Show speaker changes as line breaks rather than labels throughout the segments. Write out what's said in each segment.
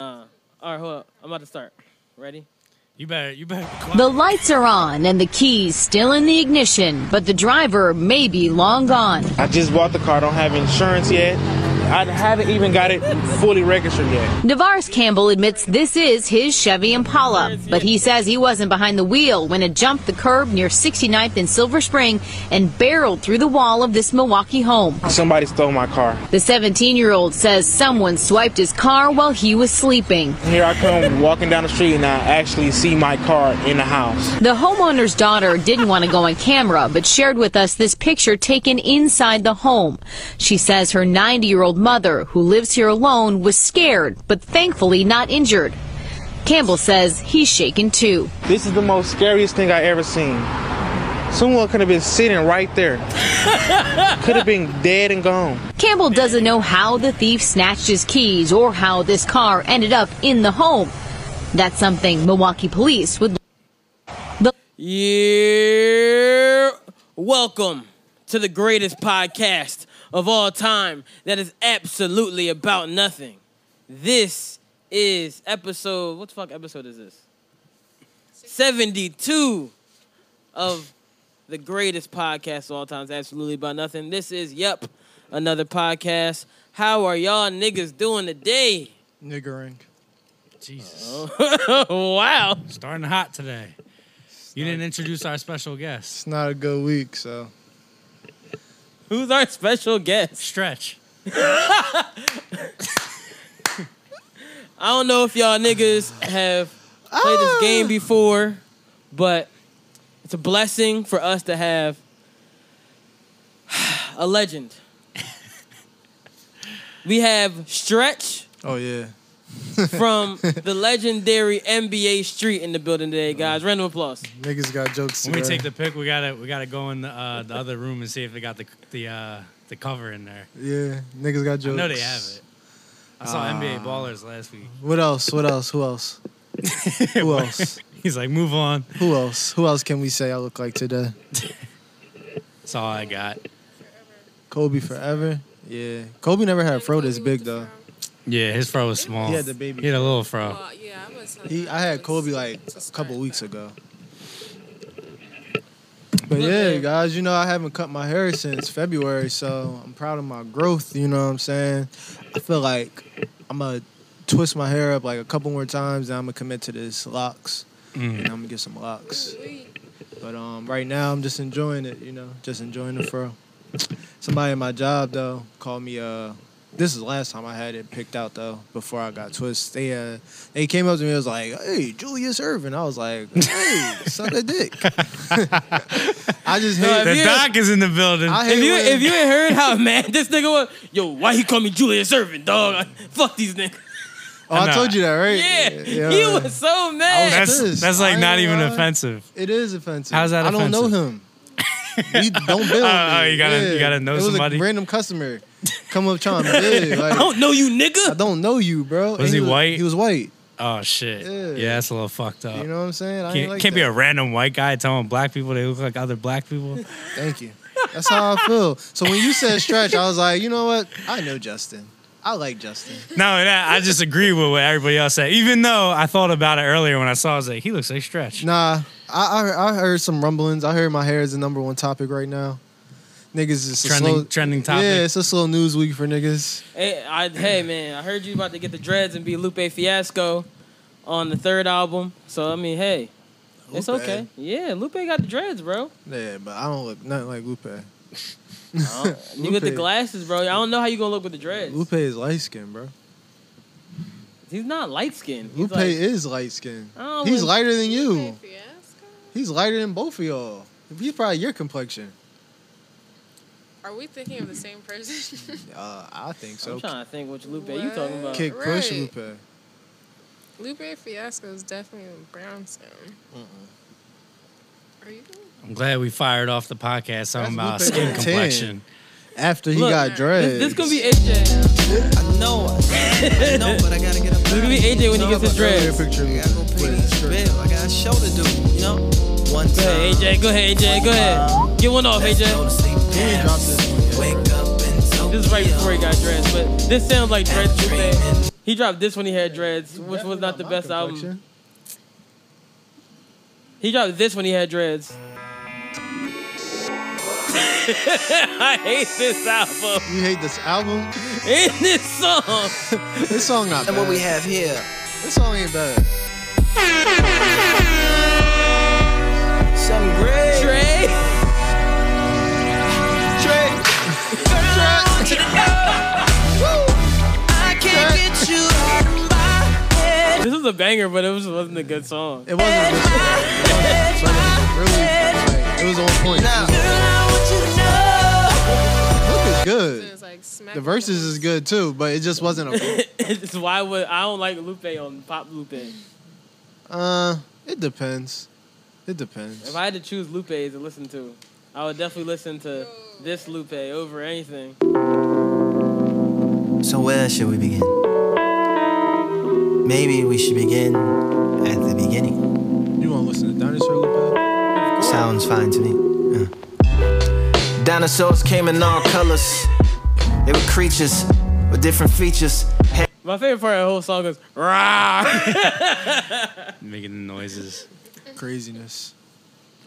Uh, all right, hold up. I'm about to start. Ready?
You better, you better. be quiet.
The lights are on and the keys still in the ignition, but the driver may be long gone.
I just bought the car, don't have insurance yet. I haven't even got it fully registered yet.
Navarre Campbell admits this is his Chevy Impala, but he says he wasn't behind the wheel when it jumped the curb near 69th and Silver Spring and barreled through the wall of this Milwaukee home.
Somebody stole my car.
The 17 year old says someone swiped his car while he was sleeping.
Here I come walking down the street and I actually see my car in the house.
The homeowner's daughter didn't want to go on camera, but shared with us this picture taken inside the home. She says her 90 year old mother, who lives here alone, was scared, but thankfully not injured. Campbell says he's shaken too.
This is the most scariest thing I ever seen. Someone could have been sitting right there. could have been dead and gone.
Campbell doesn't know how the thief snatched his keys or how this car ended up in the home. That's something Milwaukee police would.
Yeah. Welcome to the greatest podcast of all time that is absolutely about nothing. This is episode, what the fuck episode is this? 72 of the greatest podcast of all time, absolutely about nothing. This is, yep, another podcast. How are y'all niggas doing today?
Niggering.
Jesus,
wow.
starting hot today. You didn't introduce our special guest,
It's not a good week, so
Who's our special guest?
Stretch.
I don't know if y'all niggas have played this game before, but it's a blessing for us to have a legend. we have Stretch
oh yeah.
from the legendary NBA Street in the building today, guys. Round of applause.
Niggas got jokes
When we
today.
take the pick, we gotta, we gotta go in the, uh, the other room and see if they got the, the, uh, the cover in there.
Yeah, niggas got
I
jokes.
know they have it. I saw NBA
Ah.
ballers last week.
What else? What else? Who else? Who else?
He's like, move on.
Who else? Who else can we say I look like today?
That's all I got.
Kobe forever. Yeah. Kobe never had a fro this big though.
Yeah, his fro was small.
He had the baby
He had a little fro.
Well, yeah, I was.
He, I had Kobe like a couple weeks ago. But
Look
yeah,
at-
guys, you know I haven't cut my hair since February, so I'm proud of my growth. You know what I'm saying? I feel like I'm gonna twist my hair up like a couple more times, and I'm gonna commit to this locks, and I'm gonna get some locks. But um, right now I'm just enjoying it. You know, just enjoying the fro. Somebody at my job though called me. Uh, this is the last time I had it picked out though. Before I got twist, they uh, they came up to me. and was like, "Hey, Julius Irvin." I was like, "Hey, suck a dick." I just
No,
hate.
if
The
you-
doc is in the building.
I hate
If you
when-
if you ain't heard how mad this nigga was, yo, why he call me Julius Irvin, dog? Fuck these niggas.
oh, I
Nah.
told you that right?
Yeah,
Yeah.
he was so mad.
That's
pissed.
that's like
I
not
ain't
even
lying.
offensive.
It is offensive.
How's that
I don't know
offensive?
him. we don't build.
Oh, oh, you gotta- you gotta know
it was
somebody?
A random customer come up trying to bid.
I
Like,
don't know you, nigga.
I don't know you, bro. And
he white?
He was white.
Oh shit.
Yeah.
Yeah, that's a little fucked up.
You know what I'm saying? I
Can't,
ain't like
can't be
that.
a random white guy telling black people they look like other black people.
Thank you. That's how I feel. So when you said stretch, I was like, you know what? I know Justin. I like Justin.
no, that, I just agree with what everybody else said. Even though I thought about it earlier when I saw, it, I was like, he looks like Stretch.
Nah, I I, I heard some rumblings. I heard my hair is the number one topic right now. Niggas is
Trending-
slow,
trending topic.
Yeah, it's a slow news week for niggas.
Hey, I, hey man, I heard you about to get the dreads and be Lupe Fiasco on the third album. So I mean, hey, it's
Lupe.
okay. Yeah, Lupe got the dreads, bro.
Yeah, but I don't look nothing like Lupe.
You with the
Lupe.
glasses, bro. I don't know how you gonna look with the dreads.
Lupe is light skinned, bro.
He's not light skinned. He's
Lupe
like,
is light skinned.
Oh,
He's
well-
lighter than you. He's lighter than both of y'all. He's probably your complexion.
Are we thinking of the same person?
Uh, I think so.
I'm trying to think which Lupe you talking about.
Kick push
Right.
Lupe.
Lupe Fiasco is definitely a brownstone. Are you?
I'm glad we fired off the podcast talking about
That's Lupe
skin
at 10.
complexion.
After he
Look,
got dreads.
This gonna be AJ.
No, I know, but I gotta get up.
This gonna be AJ when he gets his
Earlier
dreads.
picture
I gotta go pay
with
this
his shirt.
bill. I got a show to do, you know? One
Go
time.
ahead, AJ. Go ahead, AJ. Go ahead. Get one off,
Let's go to
AJ.
sleep now.
dropped this one, yeah.
Wake up in
This is right
Tokyo.
before he got dreads, but this sounds like dreads Lupe.
Dreaming.
He dropped this when he had dreads, which was
Definitely
not the
my
best album.
complexion.
He dropped this when he had dreads. I hate this album.
You hate this album?
In this song.
This song not
And what we
bad.
have here.
This song ain't bad.
Some great.
Dre.
I can't get you out of my head.
This was a banger, but it was, wasn't a good song.
It wasn't this song. It wasn't, but it was really, like, it was on point.
Now,
Hook is
It
good.
was like smack
The verses is good too, but it just wasn't a.
It's why would I don't like Lupe on Pop Lupe. If
Uh, it depends. It depends.
I had to choose Lupe to listen to, I would definitely listen to this Lupe over anything.
So where should we begin? Maybe we should begin at the beginning.
You want to listen to Dinosaur Lupe?
Sounds fine to me. Yeah. Dinosaurs came in all colors. They were creatures with different features. Head
My favorite part of the whole song is rah.
Making noises.
Craziness.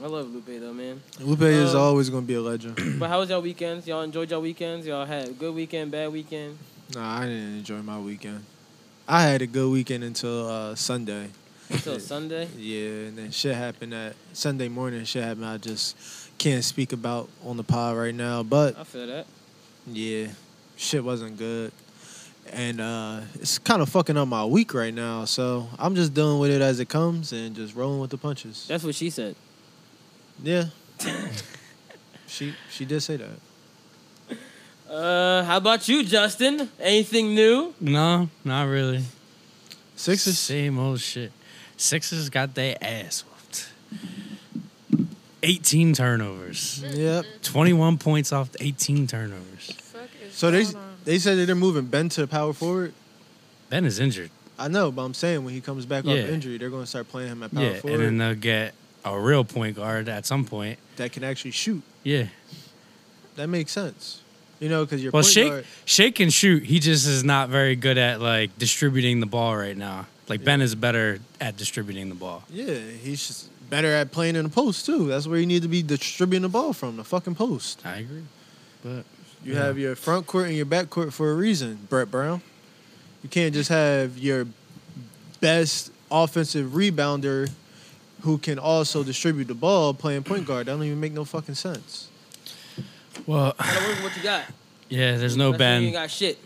I love Lupe though, man.
Lupe is always gonna be a legend.
But how was y'all weekends? Y'all enjoyed y'all weekends? Y'all had a good weekend, bad weekend?
Nah, I didn't enjoy my weekend. I had a good weekend until uh, Sunday.
Until Sunday?
Yeah, and then shit happened that Sunday morning. Shit happened. I just can't speak about on the pod right now, but
I feel that.
Yeah, shit wasn't good, and uh, it's kind of fucking up my week right now. So I'm just dealing with it as it comes and just rolling with the punches.
That's what she said.
Yeah, she she did say that.
Uh, how about you, Justin? Anything new?
No, not really.
Sixers.
Same old shit. Sixers got their ass whooped. 18 turnovers.
Yep.
21 points off 18 turnovers.
Fuck is
So they
going on?
they said that they're moving Ben to power forward.
Ben is injured.
I know, but I'm saying when he comes back
Yeah.
off injury, they're going to start playing him at power
yeah,
forward
and then they'll get a real point guard at some point.
that can actually shoot.
Yeah.
That makes sense. You know, because your
Well,
point
Shake
guard-
Shake can shoot. He just is not very good at like distributing the ball right now. Like Ben is better at distributing the ball.
Yeah, he's just better at playing in the post too. That's where you need to be distributing the ball from the fucking post.
I agree. But
You
Yeah.
have your front court and your back court for a reason, Brett Brown. You can't just have your best offensive rebounder who can also distribute the ball playing point guard. That don't even make no fucking sense.
well,
What what you got?
yeah, there's no
Let's see, You
Ben.
got shit.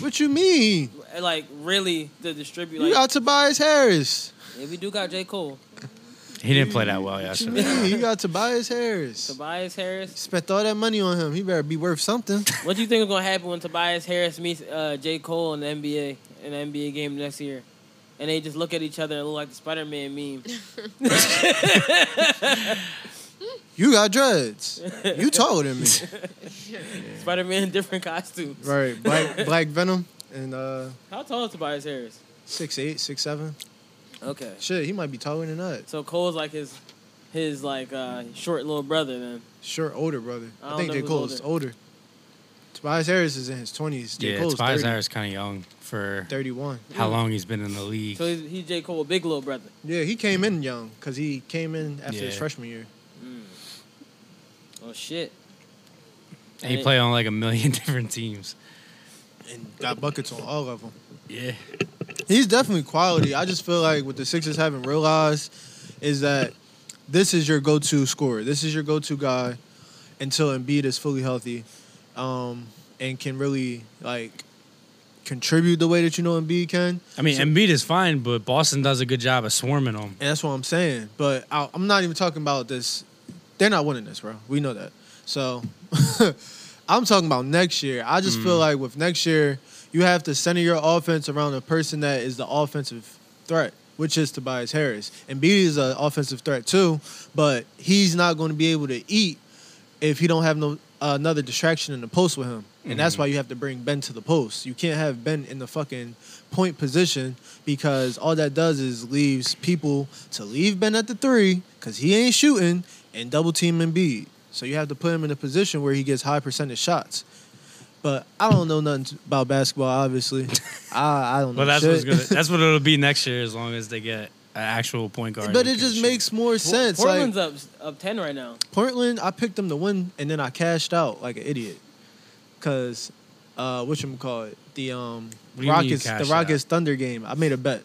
What you mean?
Like, really, to distribute.
You
Like,
got Tobias Harris.
yeah, we do got J. Cole.
He didn't play that well
What you
yesterday.
mean? You got Tobias Harris.
Tobias Harris.
Spent all that money on him. He better be worth something.
What do you think is gonna happen when Tobias Harris meets uh, J. Cole in the NBA in the NBA game next year, and they just look at each other and look like the Spider Man meme?
You got dreads. You taller than me.
Spider Man in different costumes.
Right. Black Black Venom and uh
How tall is Tobias Harris?
six eight, six seven.
Okay.
Shit, he might be taller than that.
So Cole's like his his like uh, short little brother then.
Sure, older brother.
I
I,
don't
think
know
J.
who's
Cole is older. Tobias Harris is in his twenties. J.
Yeah,
Cole's
Tobias
30,
Harris kind of young for
thirty-one.
how long he's been in the league.
So he's, he's J. Cole, big little brother.
Yeah, he came in young because he came in after his
Yeah.
freshman year.
Oh shit.
And he played on like a million different teams.
And got buckets on all of them.
Yeah.
He's definitely quality. I just feel like what the Sixers haven't realized is that this is your go-to scorer. This is your go-to guy until Embiid is fully healthy, um, and can really like contribute the way that you know Embiid can.
I mean, Embiid is fine, but Boston does a good job of swarming him.
And that's what I'm saying. But I, I'm not even talking about this. They're not winning this, bro. We know that. So I'm talking about next year. I just feel like with next year, you have to center your offense around a person that is the offensive threat, which is Tobias Harris. And Beatty is an offensive threat too, but he's not going to be able to eat if he don't have no another distraction in the post with him. And
Mm-hmm.
that's why you have to bring Ben to the post. You can't have Ben in the fucking point position because all that does is leaves people to leave Ben at the three because he ain't shooting and double team Embiid. So you have to put him in a position where he gets high percentage shots. But I don't know nothing about basketball. Obviously, I I don't know.
Well, that's
shit.
what's gonna, that's what it'll be next year as long as they get an actual point guard.
But
who
it
can
just
shoot.
makes more sense.
Portland's up
like
up ten right now.
Portland, I picked them to win, and then I cashed out like an idiot. Cause, uh, what you call it? The um
What do you mean you
Rockets, the
cashed
Rockets Thunder game. I made a bet,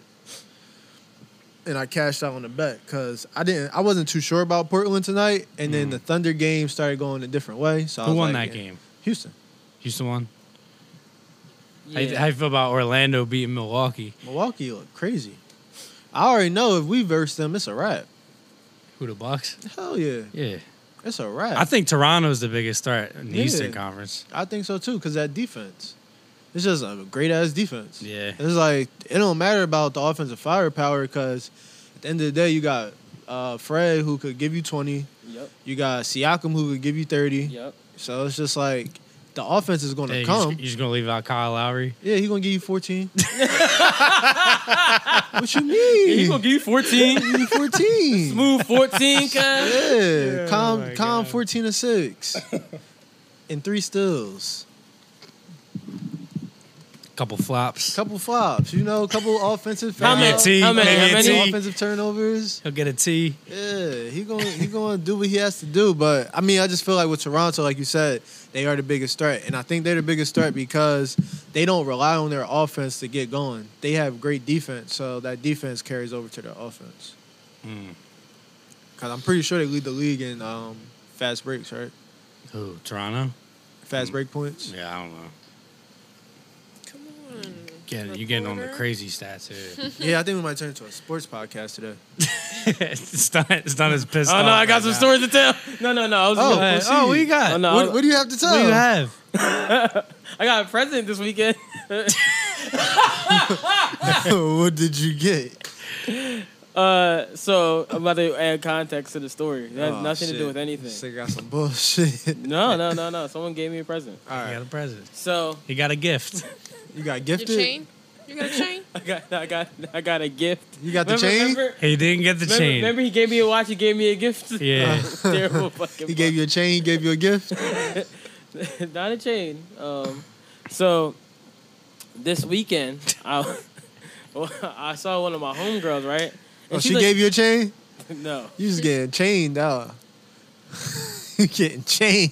and I cashed out on the bet because I didn't. I wasn't too sure about Portland tonight, and then the Thunder game started going a different way. So I
Mm. Who
was
won
like,
that
yeah,
game?
Houston,
Houston won. How you-
Yeah.
How you feel about Orlando beating Milwaukee?
Milwaukee looked crazy. I already know if we verse them, it's a wrap.
Who the Bucks?
Hell yeah,
Yeah,
it's a wrap.
I think Toronto's the biggest threat in the
Yeah.
Eastern Conference.
I think so too, because that defense, it's just a great ass defense.
Yeah.
it's like it don't matter about the offensive firepower, because at the end of the day, you got uh, Fred who could give you twenty,
Yep.
you got Siakam who could give you thirty.
Yep.
So it's just like the offense is going
Yeah,
to
you
come.
just, you just gonna leave out Kyle Lowry?
yeah, he gonna give you fourteen. what you mean?
He gonna give you fourteen.
Give you fourteen.
Smooth fourteen, cuz.
Yeah, calm,
my
calm.
God.
Fourteen and six, and three steals.
Couple flops.
couple flops, you know, couple offensive
How many?
fouls,
Maybe a
How many?
T,
How
maybe a
many?
T.
offensive turnovers.
He'll get a T.
Yeah, he going he going to do what he has to do. But I mean, I just feel like with Toronto, like you said, they are the biggest threat, and I think they're the biggest threat because they don't rely on their offense to get going. They have great defense, so that defense carries over to their offense. Because I'm pretty sure they lead the league in um, fast breaks, right?
Who? Toronto?
Fast break points.
Yeah, I don't know.
Come on.
Getting, you getting on the
Reporter.
crazy stats here.
Yeah, I think we might turn into a sports podcast today.
it's not. It's not as pissed.
Oh
off
no, I got
right
some
now.
stories to tell. No, no, no. I was
Oh,
gonna-
proceed.
Oh, what you got?
Oh, no.
What, what do you have to tell?
What do you have?
I got a present this weekend.
what did you get?
Uh, so I'm about to add context to the story. It has
Oh,
nothing to
shit.
do with anything.
Still got some bullshit.
No, no, no, no. Someone gave me a present.
All
He
right,
got a present.
So
He got a gift.
you got
Your
gifted.
chain? You got a chain?
I got, I got, I got a gift.
You got the chain.
Remember,
he didn't get the
remember,
chain.
remember he gave me a watch. He gave me a gift.
Yeah.
Terrible fucking.
He gave you a chain. He gave you a gift.
fuck. not a chain. Um, so this weekend I, I saw one of my homegirls right.
Oh,
And
she
looked-
gave you a chain.
no.
You just getting chained out. you getting chained.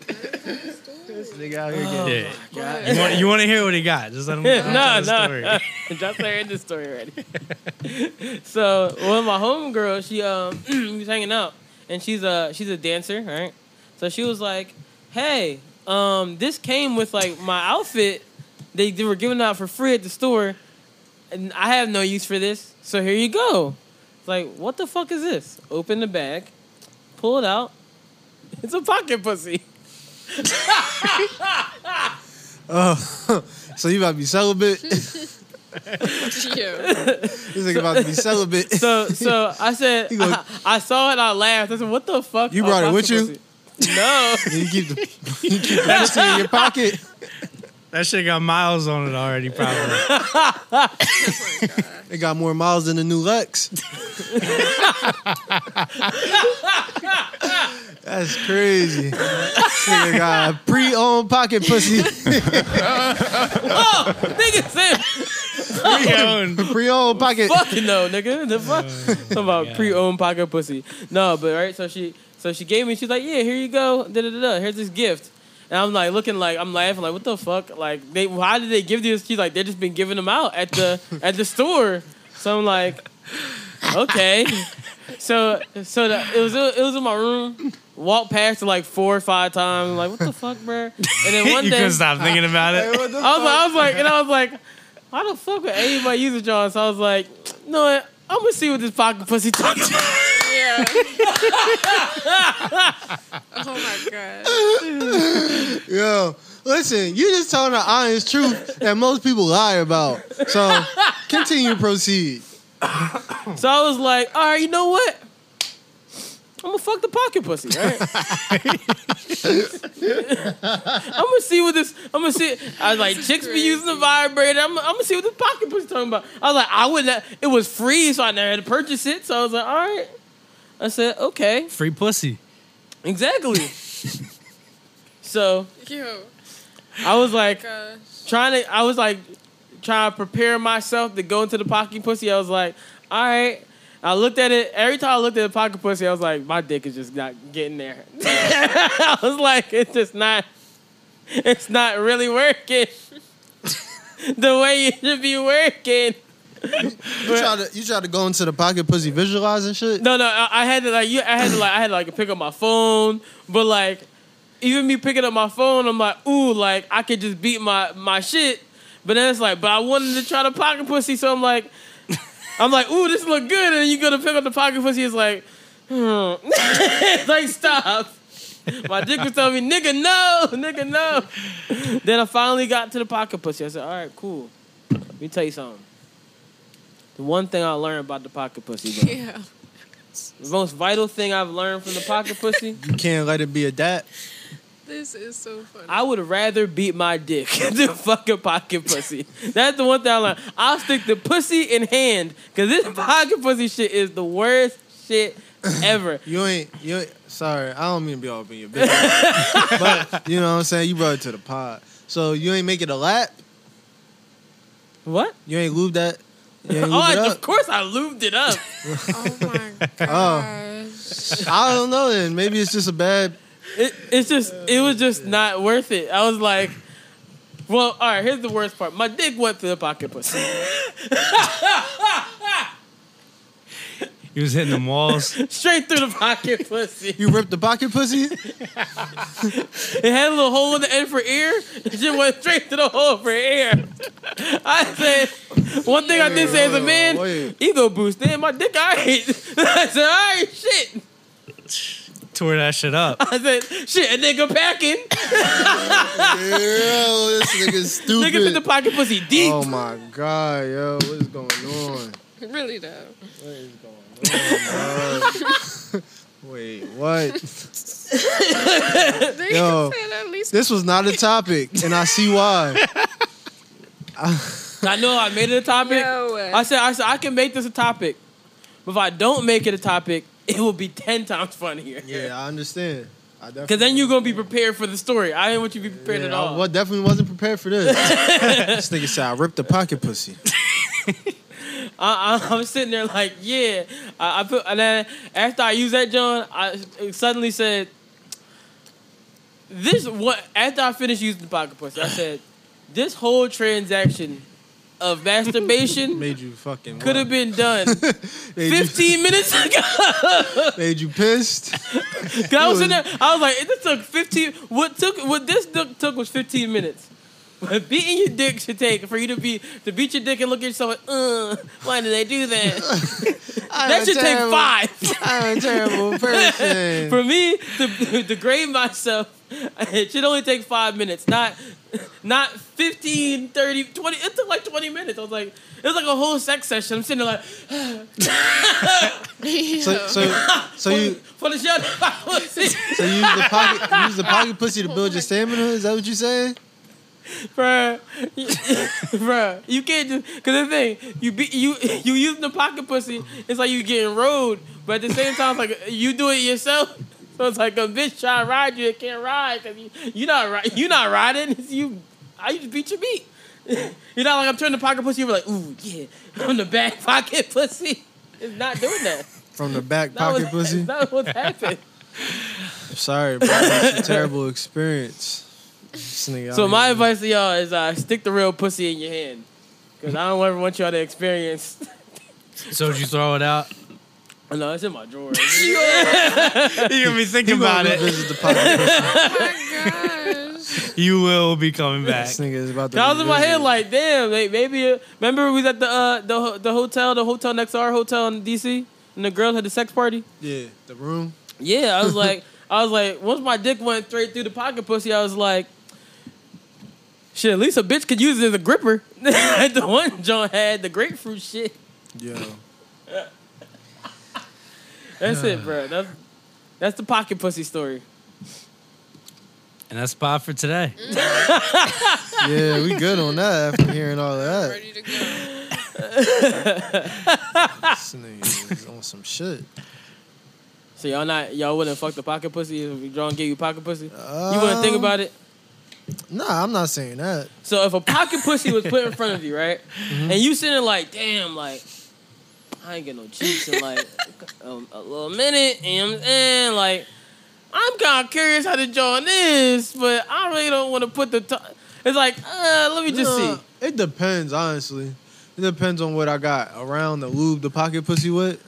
this nigga out here getting.
yeah. You want, you want to hear what he got? Just let him
Yeah,
tell
Oh, no,
the
no,
story.
Just heard the story already. so one of my homegirls, she um was hanging out and she's a she's a dancer, right? So she was like, Hey, um, this came with like my outfit they, they were giving out for free at the store and I have no use for this, so here you go. It's like, what the fuck is this? Open the bag, pull it out. It's a pocket pussy.
Oh, so you about to be celibate? this
Yeah.
nigga about to be celibate.
So so I said
He go-
I, I saw it, I laughed. I said, What the fuck?
You
A
brought it with you?
pocket pussy. No.
you keep the you keep the pussy in your pocket.
That shit got miles on it already, probably.
It got more miles than the new Lex. That's crazy. Nigga got pre-owned pocket pussy.
Oh, nigga said
Yo,
pre-owned pocket.
fucking no, nigga. The fuck Talking about
God.
pre-owned pocket pussy. No, but right. So she, so she gave me. She's like, yeah, here you go. Da da da. da. Here's this gift. And I'm like looking like I'm laughing like what the fuck like they why did they give this? She's like they just been giving them out at the at the store. So I'm like, okay. So so the, it was it was in my room. Walked past it like four or five times. like what the fuck, bruh? And then one
you
day
couldn't stop thinking about it.
What the
I was like, I was like, and I was like, how the fuck would anybody use a jar? So I was like, no, I'm gonna see what this pocket pussy talking about.
yeah. oh my god.
Yo, listen, you just telling the honest truth that most people lie about. So continue, proceed.
So I was like, all right, you know what? I'm gonna fuck the pocket pussy, right? I'm gonna see what this. I'm gonna see. I was like, chicks be using the vibrator. I'm, I'm gonna see what this pocket pussy talking about. I was like, I would not. It was free, so I never had to purchase it. So I was like, all right. I said, okay,
Free pussy.
exactly. so
Yo.
I was like
Gosh.
trying to. I was like trying to prepare myself to go into the pocket pussy. I was like, all right. I looked at it every time I looked at the pocket pussy. I was like, my dick is just not getting there. I was like, it's just not. It's not really working the way it should be working.
You try to you try to go into the pocket pussy visualizing shit.
No, no, I, I had to like you. I had to like I had to like pick up my phone, but like even me picking up my phone, I'm like, ooh, like I could just beat my my shit. But then it's like, but I wanted to try the pocket pussy, so I'm like, I'm like, ooh, this look good, and you go to pick up the pocket pussy, it's like, hmm. it's like stop. My dick was telling me, nigga, no, nigga, no. Then I finally got to the pocket pussy. I said, all right, cool. Let me tell you something. The one thing I learned about the pocket pussy, bro.
Yeah.
The most vital thing I've learned from the pocket pussy,
You can't let it be a dat.
This is so funny.
I would rather beat my dick than fucking pocket pussy. That's the one thing I learned. I'll stick the pussy in hand because this pocket pussy shit is the worst shit ever.
You ain't you ain't sorry, I don't mean to be all up in your business. but you know what I'm saying? You brought it to the pod. So you ain't make it a lap,
What?
you ain't lube that. You ain't
Oh,
lube
I,
it
of
up.
course I lubed it up.
oh my
Oh.
gosh.
I don't know then. Maybe it's just a bad
It, it's just, it was just not worth it. I was like, well, all right. Here's the worst part. My dick went through the pocket pussy.
He was hitting them walls.
Straight through the pocket pussy.
you ripped the pocket pussy?
It had a little hole in the end for ear. It just went straight to the hole for ear. I said, one thing I did say as a man,
Wait.
ego boost. Damn, my dick, all right. I said, all right, shit.
Tore that shit up.
I said, shit, a nigga packing.
Yo, this nigga's stupid.
Niggas in the pocket pussy deep.
Oh my god, yo, what is going on?
Really though.
Wait, what?
They
Yo.
said at least
This was not a topic, and I see why.
I know I made it a topic.
Yo.
I said, I said, I can make this a topic. But if I don't make it a topic, it will be 10 times funnier.
Yeah, I understand. I definitely.
Because then you're going to be prepared for the story. I didn't want you to be prepared at
Yeah, I
all.
wa- definitely wasn't prepared for this. this nigga said I ripped the pocket pussy.
I, I, I'm sitting there like, yeah. I, I put, and then after I used that, John, I suddenly said, this what after I finished using the pocket pussy, I said, this whole transaction of masturbation
Made you fucking.
could have been done
made, you,
15 minutes ago.
made you pissed.
'Cause I was in there, I was like, this took 15. What took what this took, took was 15 minutes. But beating your dick should take for you to be to beat your dick and look at yourself like, uh, why did they do that? that should take five.
I'm a terrible person.
For me to degrade myself, it should only take five minutes, not not 15, 30, 20. It took like 20 minutes. I was like, it was like a whole sex session. I'm sitting there like,
so, so, so you,
for the show,
so you use the pocket, you use the pocket pussy to build your
Oh
stamina. Is that what you saying?
bruh, you- bruh, you can't just, cause the thing, you be, you, you using the pocket pussy, it's like you getting rode, but at the same time, it's like you do it yourself. So it's like a bitch trying to ride you, it can't ride, cause you, you not, ri- you not riding, it's you, I you just beat your beat. You're not like I'm turning the pocket pussy. You're like, ooh, yeah, I'm the back pocket pussy. It's not doing that.
From the back
That
pocket
was,
pussy.
That was happened.
Sorry, bro. It's a terrible experience. This nigga out
So
here-
my advice to y'all is uh, stick the real pussy in your hand, cause I don't ever want y'all to experience.
So did you throw it out?
No, it's in my drawer.
You're gonna be thinking
You gonna
about it.
revisit the pocket pussy.
my gosh.
You will be coming back.
This nigga is about to.
I was in my
revisit.
head like, damn, like, maybe. uh, Remember we was at the uh, the ho- the hotel, the hotel next to our hotel in DC, and the girls had the sex party.
Yeah, the room.
Yeah, I was like, I was like, once my dick went straight through the pocket pussy, I was like, shit. At least a bitch could use it as a gripper. Like the one John had the grapefruit shit.
Yo,
That's it, bro. That's that's the pocket pussy story.
And that's spot for today.
yeah, we good on that after hearing all of that.
Ready to go.
This nigga is on some shit.
So y'all not y'all wouldn't fuck the pocket pussy if John gave you pocket pussy. You wouldn't think about it.
Nah, I'm not saying that.
So if a pocket pussy was put in front of you, right,
Mm-hmm.
and you sitting there like, damn, like I ain't get no cheeks in like a, a little minute, and I'm saying? like I'm kind of curious how the joint is, but I really don't want to put the. T- it's like, uh, let me just
Nah,
see.
It depends, honestly. It depends on what I got around the lube, the pocket pussy with.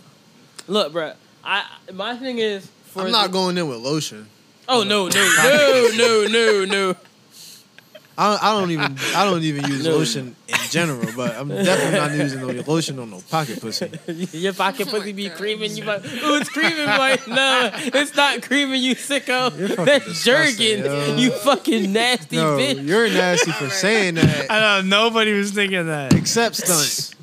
Look, bruh, I my thing is for
I'm
the-
not going in with lotion.
Oh no, no, no, no, no, no.
I, I don't even I don't even use
No.
lotion in general, but I'm definitely not using no lotion on no pocket pussy.
Your pocket pussy be creaming you, like, ooh, it's creaming, like, no, it's not creaming you, sicko.
You're fucking
That's
disgusting,
jerking,
yo.
you fucking nasty
No,
bitch.
you're nasty for saying that.
I know nobody was thinking that.
Except stunts.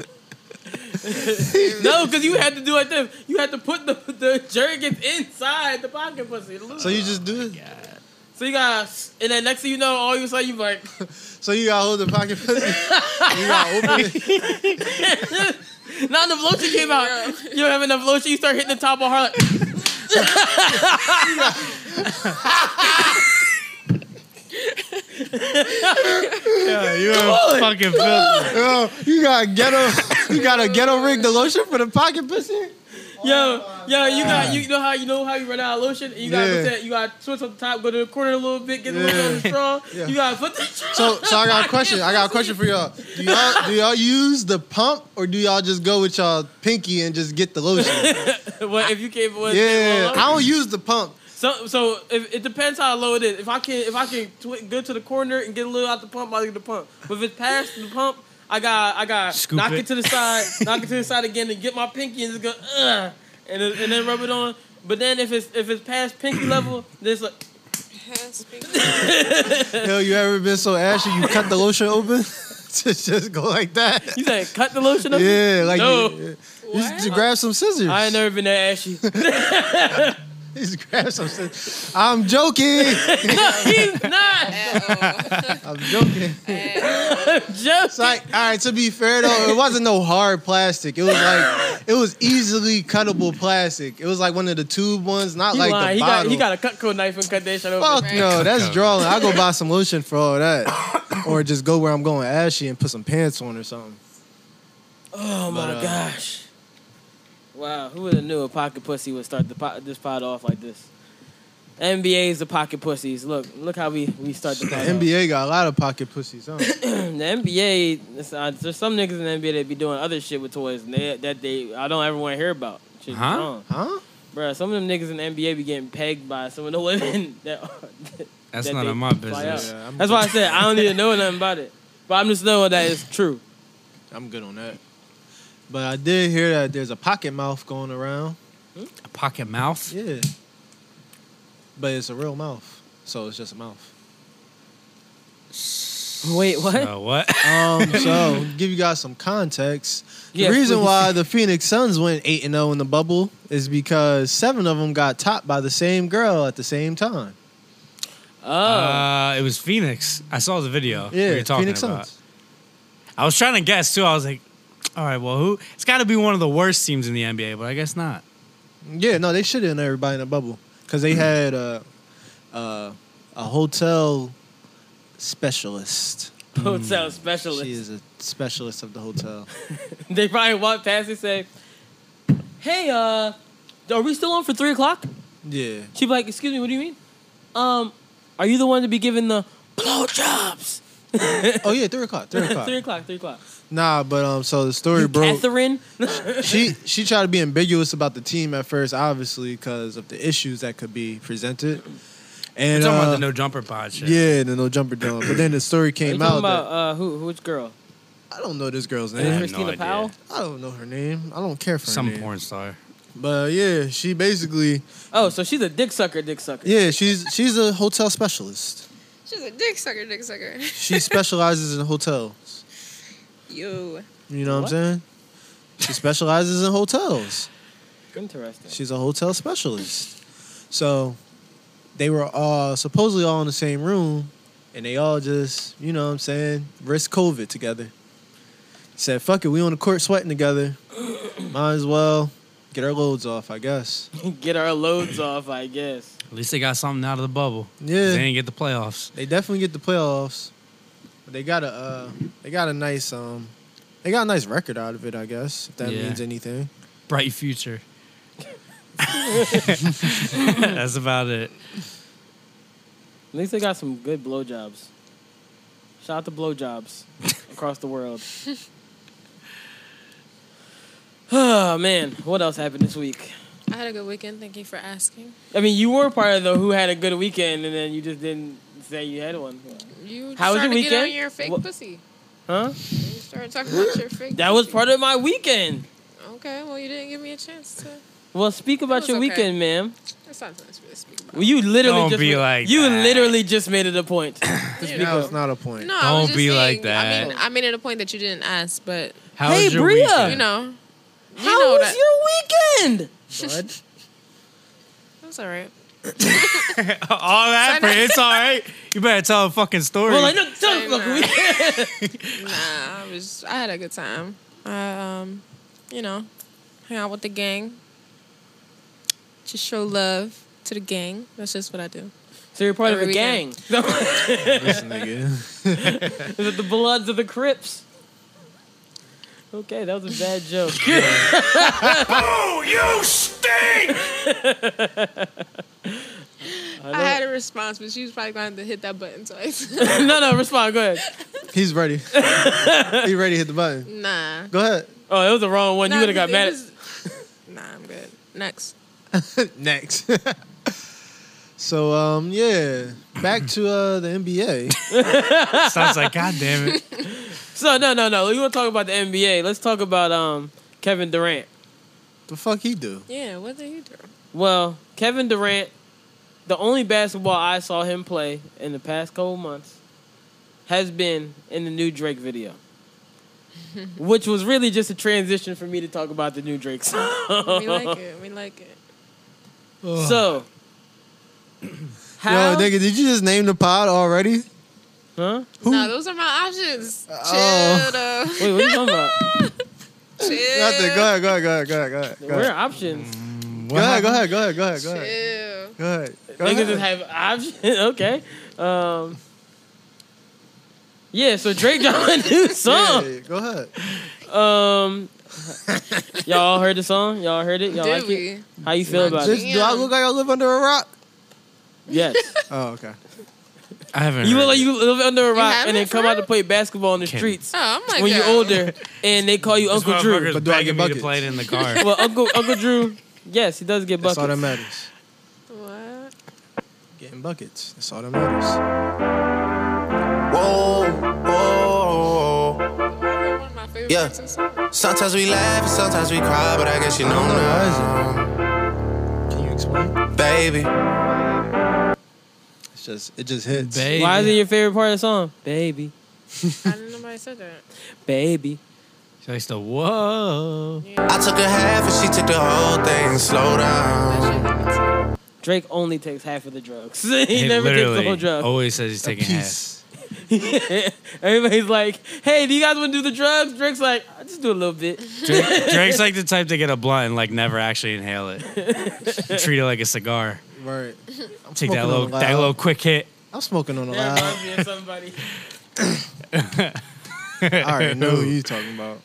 No, because you had to do like this. You had to put the the jerkin inside the pocket pussy.
So you just
Oh
do it.
so you guys, and then next thing you know, all you say you like,
So you gotta hold the pocket pussy. You gotta open it.
not enough lotion came out. You don't have enough lotion. You start hitting the top of her. Like,
Yeah, you're
Oh,
a fucking filthy.
Yo, you gotta ghetto. You gotta ghetto rig the lotion for the pocket pussy.
Yo, yo, you got you know how you know how you run out of lotion and you gotta
Yeah.
put that, you gotta twist up the top, go to the corner a little bit, get a little bit on the straw.
Yeah.
You gotta put the straw.
So, so I got a question. I got a question for y'all. Do y'all do y'all use the pump or do y'all just go with y'all pinky and just get the lotion?
What if you can't put
Yeah, I don't use the pump.
So so if, it depends how low it is. If I can if I can twi- go to the corner and get a little out the pump, I'll get the pump. But if it's past the pump, I got I got
Scoop
knock it.
it.
to the side, knock it to the side again, and get my pinky and just go Ugh, and then- and then rub it on. But then if it's if it's past pinky level, then it's like
Hell, you ever been so ashy you cut the lotion open? just, just go like that.
you said cut the lotion up.
Yeah, like
No.
you, you just grab some scissors.
I ain't never been that ashy.
Just grab some scissors. I'm joking.
He's not.
I'm joking.
Just
It's like, all right. To be fair though, it wasn't no hard plastic. It was like, it was easily cuttable plastic. It was like one of the tube ones, not
he
like
lying.
the
He got,
bottle. Oh,
he got a Cutco knife and cut that shit open.
Fuck no, that's drawing. I go buy some lotion for all that, or just go where I'm going ashy and put some pants on or something.
Oh my
uh,
gosh! Wow, who would have knew a pocket pussy would start the po- this pod off like this? NBA's the pocket pussies. Look, look how we we start the
The
pod.
NBA got a lot of pocket pussies. Huh?
off. the NBA. it's, uh, there's some niggas in the NBA that be doing other shit with toys and they, that they I don't ever want to hear about. Shit's
Huh?
wrong.
huh?
Bruh, Some of them niggas in the NBA be getting pegged by some of the women that
That's
that
none
they
of my
fly out.
business.
Yeah, I'm
That's why I said I don't need to know nothing about it. But I'm just knowing that it's true.
I'm good on that. But I did hear that there's a pocket mouth going around.
A pocket mouth.
Yeah. But it's a real mouth, so it's just a mouth.
Wait, what?
So Uh, what?
Um, so give you guys some context.
Yes,
the reason
please.
why the Phoenix Suns went eight and zero in the bubble is because seven of them got topped by the same girl at the same time.
Oh,
Uh, it was Phoenix. I saw the video.
Yeah,
we were talking
Phoenix
about.
Suns.
I was trying to guess too. I was like, all right, well, who? It's got to be one of the worst teams in the NBA, but I guess not.
Yeah, no, they should have everybody in the bubble because
Mm.
they had uh, uh, a hotel specialist.
hotel
She
specialist.
is a specialist of the hotel.
They probably walked past and say, "Hey, uh, are we still on for three o'clock?"
Yeah.
She'd be like, "Excuse me, what do you mean? Um, are you the one to be giving the blowjobs?"
Oh yeah, three o'clock. Three o'clock.
three o'clock. Three o'clock.
Nah, but um, so the story broke.
Catherine.
she she tried to be ambiguous about the team at first, obviously, because of the issues that could be presented.
We're
And
talking about
uh,
the no jumper pod shit.
yeah, the no jumper dunk. But then the story
Are you
came
talking
out
about uh, who? Who? Which girl?
that I don't know this girl's
I have
name.
no
Christina
idea.
Powell?
I don't know her name. I don't care for her
Some
name.
porn star.
But yeah, she basically
Oh, so she's a dick sucker. Dick sucker.
yeah she's she's a hotel specialist.
She's a dick sucker, dick sucker.
She specializes in hotels.
Yo.
You know
What?
what, I'm saying? She specializes in hotels.
Interesting.
She's a hotel specialist. So they were all supposedly all in the same room and they all just, you know what I'm saying, risk COVID together. Said, fuck it, we on the court sweating together. Might as well get our loads off, I guess.
Get our loads off, I guess.
At least they got something out of the bubble. 'Cause
Yeah.
They didn't get the playoffs.
They definitely get the playoffs. But they got a uh, they got a nice um they got a nice record out of it, I guess, if that
Yeah.
means anything.
Bright future. That's about it.
At least they got some good blowjobs. Shout out to blowjobs across the world. oh man, what else happened this week?
I had a good weekend. Thank you for asking.
I mean, you were part of the who had a good weekend, and then you just didn't say you had one.
You
How was
started
your
to get on
weekend?
your fake
What-
pussy.
Huh?
You started talking about your fake.
That was
pussy.
part of my weekend.
Okay, well you didn't give me a chance to.
Well, speak about
was
your
okay.
weekend, ma'am.
That's not something to really speak about.
Well, you literally
Don't
just
be
ma-
like
you
that.
literally just made it a point.
You
That
know.
was not a point.
No, I was
Don't
just
be
saying-
like that.
I mean, I made it a point that you didn't ask, but
How
Hey,
was your
Bria!
weekend?
you know, you
How
know
was
that.
your weekend?
Bud.
It was all right.
all that for it's all right. You better tell a fucking story.
Well, I know tell the
Same uh,
fucking
here.
weekend.
Nah, I was. I had a good time. I, um, you know, hang out with the gang. Just show love to the gang. That's just what I do.
So you're part of
Every
a gang.
weekend.
This
Is
nigga.
it the Bloods of the Crips? Okay, that was a bad joke.
I, had a response, but she was probably going to hit that button twice.
no, no, respond. Go ahead.
He's ready. he ready to hit the button.
nah.
Go ahead.
Oh, it was the wrong one.
Nah,
you would have got
it
mad.
was- Nah, I'm good. Next.
Next. so um yeah, back to uh the NBA.
Sounds like, God damn it.
at So no, no, no. We want to talk about the NBA. Let's talk about um Kevin Durant.
the fuck he do?
Yeah, what did he do?
Well, Kevin Durant, the only basketball I saw him play in the past couple months has been in the new Drake video. Which was really just a transition for me to talk about the new Drake song.
We like it. We like it.
So, how?
Yo, nigga, did you just name the pod already?
Huh?
Who-
No, those are my options.
Oh.
Chill, though.
Wait, what are you talking about?
Chill.
Nothing. Go ahead, go ahead, go ahead, go ahead, go ahead. Mm-hmm. Go
We're
ahead,
options.
go ahead, go ahead, go ahead, go ahead, go ahead. Go
Chill.
ahead. Go
Niggas just
ahead.
have options. okay. Um, yeah, so Drake dropped a new song.
Yeah, go ahead.
Um, y'all heard the song? Y'all heard it? Y'all
Did
like
we?
it? How you feel about
Just,
it?
do I
Damn.
look like I live under a rock?
Yes.
Oh, okay.
I haven't.
You
heard
look like
it.
you live under a rock
haven't
and then come
for
out to
real?
play basketball on the
Kidding.
streets
Oh, I'm like
when you're
girl.
older and they call you
This
Uncle Drew.
motherfucker's
But do I get
begging me to
buckets?
play it in the car.
Well, Uncle Uncle Drew, yes, he does get
That's all that
buckets.
matters.
What?
Getting buckets. That's all that matters.
Whoa, whoa.
Probably one of my favorite
Yeah.
parts of the song.
Sometimes we laugh and sometimes we cry, but I guess you know now,
Can you explain?
baby.
It's just it just hits.
Baby.
Why is it your favorite part of the song? Baby,
I didn't know nobody said that.
baby.
She likes to, whoa.
I took a half and she took the whole thing. Slow
That shit
down.
hit me too.
Drake only takes half of the drugs. he,
He
never takes the
literally
whole drug.
always says he's taking half.
Peace.
Everybody's like, "Hey, do you guys want to do the drugs?" Drake's like, "I just do a little bit."
Drake, Drake's like the type to get a blunt and like never actually inhale it. Treat it like a cigar.
Right. I'm
Take
smoking
that
on
little
the loud.
that little quick hit.
I'm smoking on a
That
loud.
reminds me of somebody.
I already know who you talking about.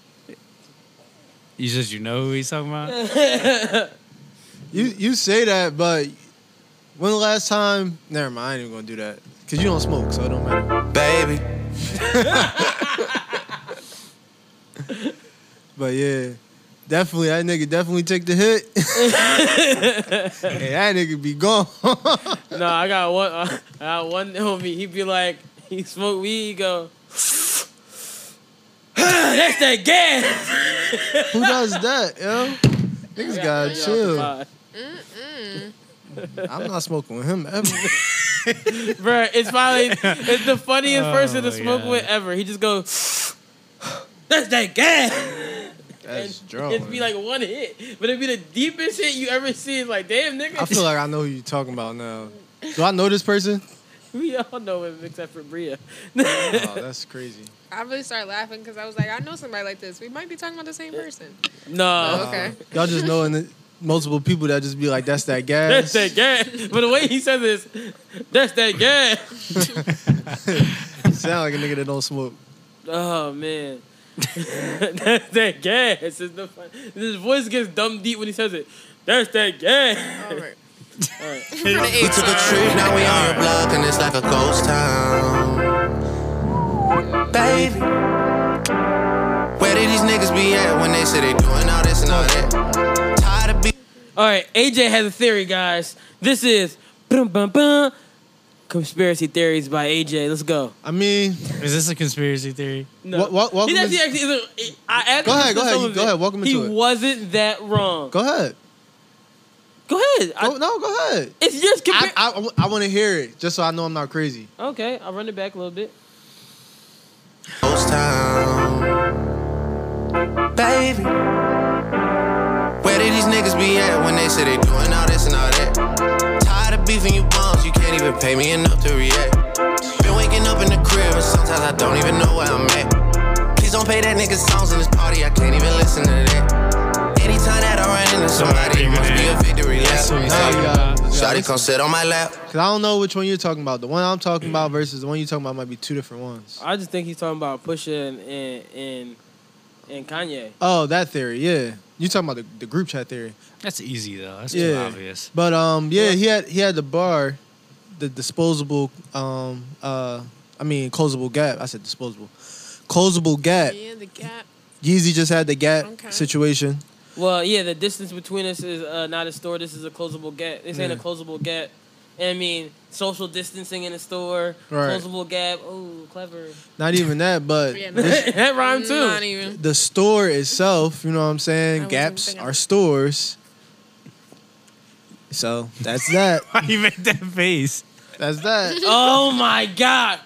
You just you know who he's talking about.
You you say that, but when the last time? Never mind. I ain't even gonna do that because you don't smoke, so it don't matter.
Baby.
But yeah, definitely that nigga definitely take the hit. hey, that nigga be gone.
No, I got one. uh, I got one homie. He'd be like, he smoked weed. He go, "That's that gas."
Who does that, yo? Niggas gotta chill.
Uh,
I'm not smoking with him ever.
Bruh, it's probably it's the funniest person to
Oh,
smoke
yeah.
with ever. He just goes, "That's that gas."
That's
Oh
drunk.
It'd be like one hit, but it'd be the deepest hit you ever see. It's like, damn, nigga.
I feel like I know who you talking about now. Do I know this person?
we all know him except for Bria.
Oh, that's crazy.
I really started laughing because I was like, I know somebody like this. We might be talking about the same person.
No.
okay.
Y'all just know in the, multiple people that just be like, "That's that
That's
gas."
that gas. But the way he says this, that's that gas.
Sound like a nigga that don't smoke.
Oh man. that's that gas. It's the fun. His voice gets dumb deep when he says it. That's that gas.
All right.
We took a trip, now we on your block, and it's like a ghost town. Baby, where did these niggas be at when they say they doing all this and all that? Tired of be-
All right, AJ has a theory, guys. This is bum, bum, bum, conspiracy theories by AJ. Let's go.
I mean,
Is this a conspiracy theory?
No.
Wel- wel- welcome
He actually,
to-
actually is a, I asked
Go
him
ahead, go
some
ahead,
of
go
it.
ahead, welcome
He
into it.
wasn't that wrong. Go,
go ahead.
ahead. I-
Go, no, go ahead.
it's yours.
I,
Compar-
I, want to hear it just so I know I'm not crazy.
okay, I'll run it back a little bit.
ghost town. Baby, where did these niggas be at when they say they doing all this and all that? Tired of beefing you bums, you can't even pay me enough to react. Been waking up in the crib and sometimes I don't even know where I'm at. Please don't pay that nigga songs in this party, I can't even listen to that. Anytime that I run into somebody, it must be a victory lap.
That's what he's talking
Hey,
about.
Shawty come sit on my lap.
Cause I don't know which one you're talking about. The one I'm talking about versus the one you're talking about might be two different ones.
I just think he's talking about Pusha and and and, and Kanye.
Oh, that theory, yeah. You talking about the, the group chat theory?
That's easy though. That's too
Yeah.
obvious.
But um, yeah, he had he had the bar, the disposable um uh, I mean closable gap. I said disposable, closable gap.
Yeah, the gap.
Yeezy just had the gap
Okay.
situation.
Well, yeah, the distance between us is uh, not a store. This is a closable gap. This ain't a
Yeah.
closable gap. I mean, social distancing in a store,
Right.
closable gap. Oh, clever.
Not even that, but
Yeah, no.
this,
that rhymed too.
Not even.
the store itself. You know what I'm saying?
wasn't
Gaps
thinking-
are stores. So that's that.
Why you make that face?
that's that.
Oh my god.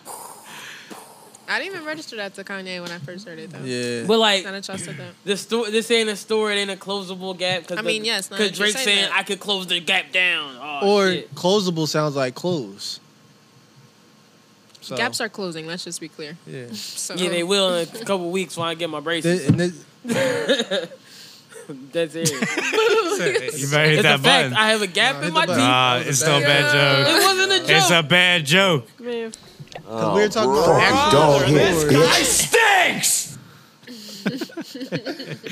I didn't even register that to Kanye when I first heard it though.
Yeah.
But
Now
like
that y'all said that.
the store, this ain't a store. It ain't a closable gap. Cause
I mean, yes, now
because
that you're
Drake's
saying
saying
that.
I could close the gap down. Oh,
or
shit.
closable sounds like close. So,
Gaps are closing. Let's just be clear.
yeah.
So
Oh. yeah, they will in a couple weeks when I get my
Th-
braces.
and this-
That's it.
you better hit
It's
that
a fact.
button.
I have a gap
hit
in
the
my teeth.
button.
Nah, it's no bad joke.
it wasn't a joke.
It's a bad joke.
man.
'cause we were talking about actual stores.
stinks.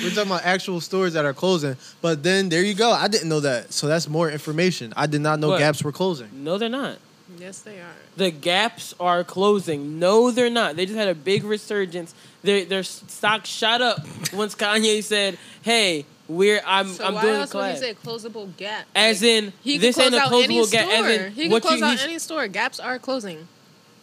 We're talking about actual stores that are closing. But then there you go. I didn't know that. So that's more information. I did not know
What?
Gaps were closing.
No, they're not.
Yes, they are.
The gaps are closing. No, they're not. They just had a big resurgence. Their their stock shot up once Kanye said, "Hey, we're I'm
So
I'm
why
doing a
else would he
collab."
say closable gap?
As
Like,
in,
he could
this
close
ain't a
out any
closable
store.
gap. As in,
he could
what you-
close out
he's-
any store. Gaps are closing.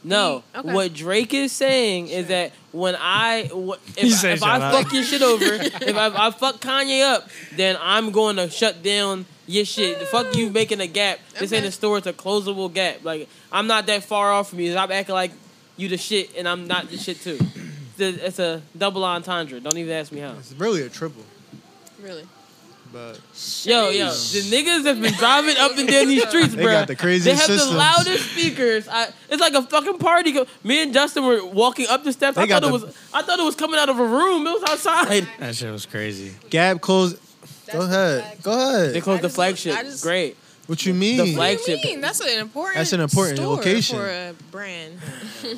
No,
He- okay.
what Drake is saying is that when I wh-
He
if,
said
if I
shut
fuck
up.
your shit over, if I, I fuck Kanye up, then I'm going to shut down your shit. The fuck you making a gap. This ain't
Okay.
a store; it's a closable gap. Like I'm not that far off from you. Stop acting like you the shit, and I'm not the shit too. It's a, it's a double entendre. Don't even ask me how.
It's really a triple.
Really?
But
Yo, yo, the niggas have been driving up and down these streets,
They
bro.
got the
They
craziest
have the
systems.
loudest speakers. I, it's like a fucking party. go- Me and Justin were walking up the steps.
They
I thought
got
it
the-
was. I thought it was coming out of a room. It was outside.
That shit was crazy.
Gap closed. Go ahead.
flag.
Go ahead.
They closed
I
the
just-
flagship.
I just-
Great.
what you mean?
the flag-
What do you
Flagship.
mean? That's an important.
That's an important
store
location.
for a brand.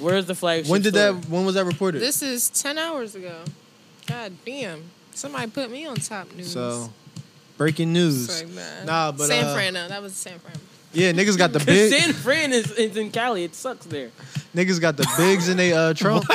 Where's the flagship?
when did
store?
that? When was that reported?
This is ten hours ago. God damn! Somebody put me on top news.
so, breaking news.
It's like, nah.
Nah, but,
San
uh,
Fran. No, that was San Fran.
Yeah, niggas got the
'Cause
big.
San Fran is, is in Cali. It sucks there.
Niggas got the bigs in they uh, trunk.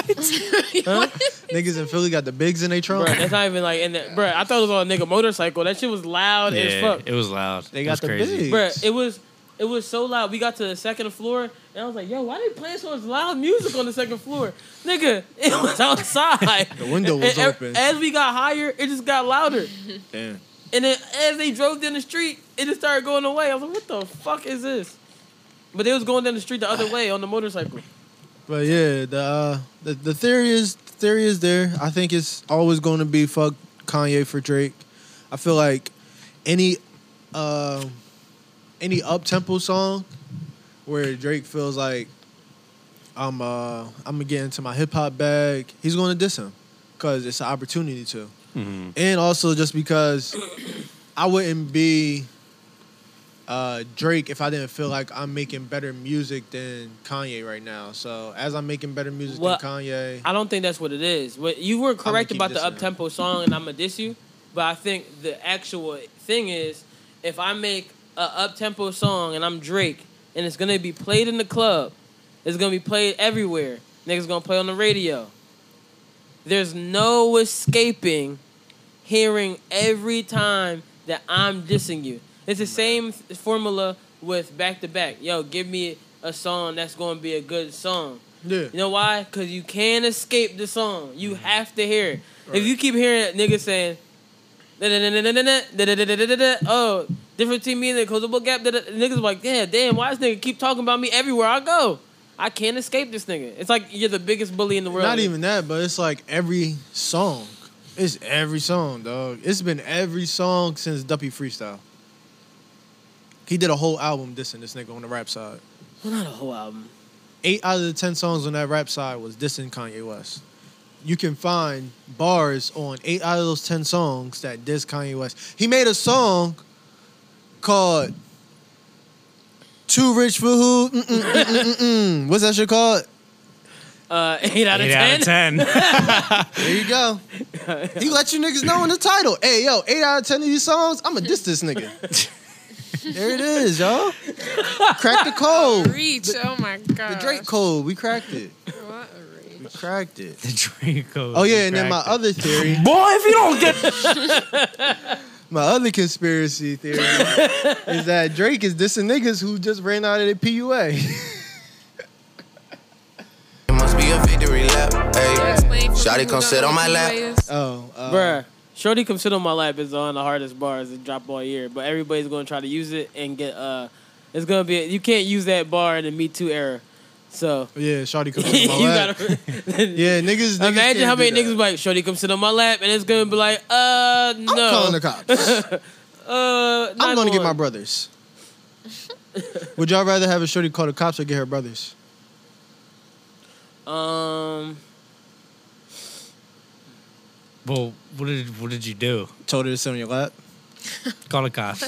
Niggas in Philly got the bigs in they
Bro,
trunk.
that's not even like in that. Bro, I thought it was on a nigga motorcycle. That shit was loud as
Yeah,
fuck.
it was loud.
They
It
got
was
the
crazy.
big.
Bruh, it was it was so loud. We got to the second floor, and I was like, "Yo, why they playing so much loud music on the second floor, nigga?" It was outside. the
window was open.
As we got higher, it just got louder.
Damn.
And then as they drove down the street, it just started going away. I was like, "What the fuck is this?" But they was going down the street the other way on the motorcycle.
But yeah, the uh, the the theory is theory is there. I think it's always going to be fuck Kanye for Drake. I feel like any um any up tempo song where Drake feels like I'm uh I'm gonna get into my hip hop bag, he's gonna diss him because it's an opportunity to, and also just because I wouldn't be uh, Drake if I didn't feel like I'm making better music than Kanye right now. So as I'm making better music
Well,
than Kanye,
I don't think that's what it is. What- You were correct
keep
about the
dissing him.
up tempo song, and I'm gonna diss you. But I think the actual thing is, if I make a up tempo song and I'm Drake, and it's gonna be played in the club, it's gonna be played everywhere. Niggas gonna play on the radio. There's no escaping hearing every time that I'm dissing you. It's the same th- formula with back to back. Yo, give me a song that's gonna be a good song.
yeah,
You know why? Because you can't escape the song. You
Mm-hmm.
have to hear it. If you keep hearing that nigga saying, "Da-da-da-da-da-da, da-da-da-da-da-da-da," oh, different team music, closable gap, da-da, niggas like, yeah, damn, why this nigga keep talking about me everywhere I go? I can't escape this nigga. It's like you're the biggest bully in the world.
not even that, but it's like every song. It's every song, dog. It's been every song since Duppy Freestyle. He did a whole album dissing this nigga on the rap side.
Well, not a whole album.
eight out of the ten songs on that rap side was dissing Kanye West. You can find bars on eight out of those ten songs that diss Kanye West. He made a song called "Too Rich for Who." Mm-mm, mm-mm, mm-mm. What's that shit called?
Uh, eight out of
Eight
ten.
out of ten.
There you go. He let you niggas know in the title. Hey yo, eight out of ten of these songs, I'ma diss this nigga. there it is, yo. Crack the code.
Reach. Oh my god.
The Drake code. We cracked it.
What a reach.
We cracked it.
the Draco.
Oh yeah, and then my other theory.
boy, if you don't get
My other conspiracy theory is that Drake is dissing niggas who just ran out of the PUA.
It must be a victory lap. Hey,
Explain for people
Shotty
who
come
don't
sit
know
on my
who
lap.
he is.
oh, uh,
Bruh, Shorty Come Sit on My Lap is on the hardest bars and drop all year, but everybody's gonna try to use it and get uh it's gonna be you can't use that bar in the Me Too era. So
Yeah, Shawty comes
you
to my lap.
gotta
Yeah, niggas. niggas
imagine
can't
how
do
many
that.
niggas be like, Shorty come sit on my lap and it's gonna be like, uh no.
I'm calling the cops.
uh
I'm
not
going to get
going.
my brothers. Would y'all rather have a Shorty call the cops or get her brothers?
Um
well, what did what did you do?
Told her to sit on your lap.
Call the cops.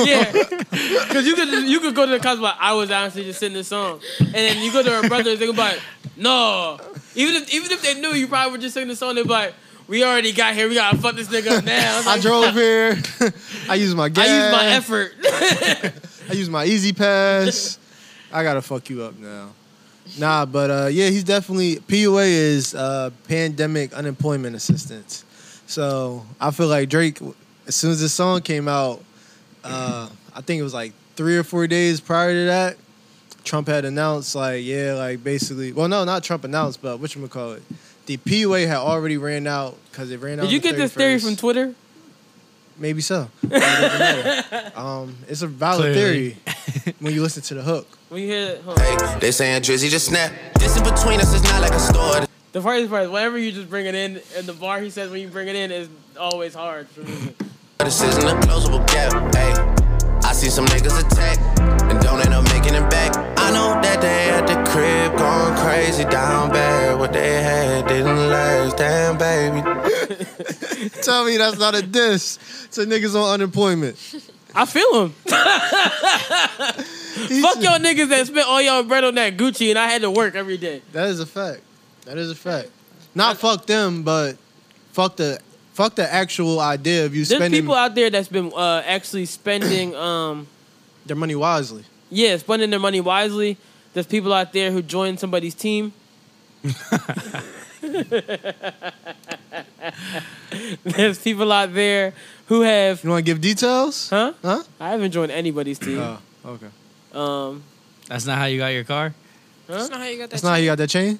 Yeah. Cause you could you could go to the cops like I was honestly just sitting this song. And then you go to her brothers, they gonna be like, No. Even if even if they knew you probably were just singing the song, they'd be like, We already got here, we gotta fuck this nigga up now. It's
I
like,
drove here. I used my gas.
I used my effort.
I use my easy pass. I gotta fuck you up now. Nah, but uh, yeah, he's definitely PUA is uh, pandemic unemployment assistance. So I feel like Drake, as soon as this song came out, uh, I think it was like three or four days prior to that, Trump had announced like yeah, like basically, well no, not Trump announced, but what you call it, the PUA had already ran out because it ran out.
Did you
on the
get this theory
31st.
from Twitter?
Maybe so. It doesn't matter. um, it's a valid
Clearly.
theory when you listen to the hook.
When you hear hold on.
Hey, they saying Drizzy just snap. This in between us, it's not like a store.
the funniest part is whatever you just bring it in and the bar he says when you bring it in is always hard for me.
This isn't a closable gap, ayy. I see some niggas attack and don't end up making it back. I know that they at the crib going crazy down bad. What they had didn't last, damn baby.
Tell me that's not a diss to niggas on unemployment.
I feel him.
He
Fuck
said-
y'all niggas that spent all y'all bread on that Gucci and I had to work every day.
That is a fact. That is a fact. Not fuck them, but fuck the fuck the actual idea of you
There's
spending
people out there that's been uh, actually spending um
their money wisely.
Yeah, spending their money wisely. There's people out there who join somebody's team. There's people out there who have,
You want to give details?
huh?
Huh?
I haven't joined anybody's team.
Oh, okay.
Um,
That's not how you got your car.
That's not how you got that.
That's not how you got that chain.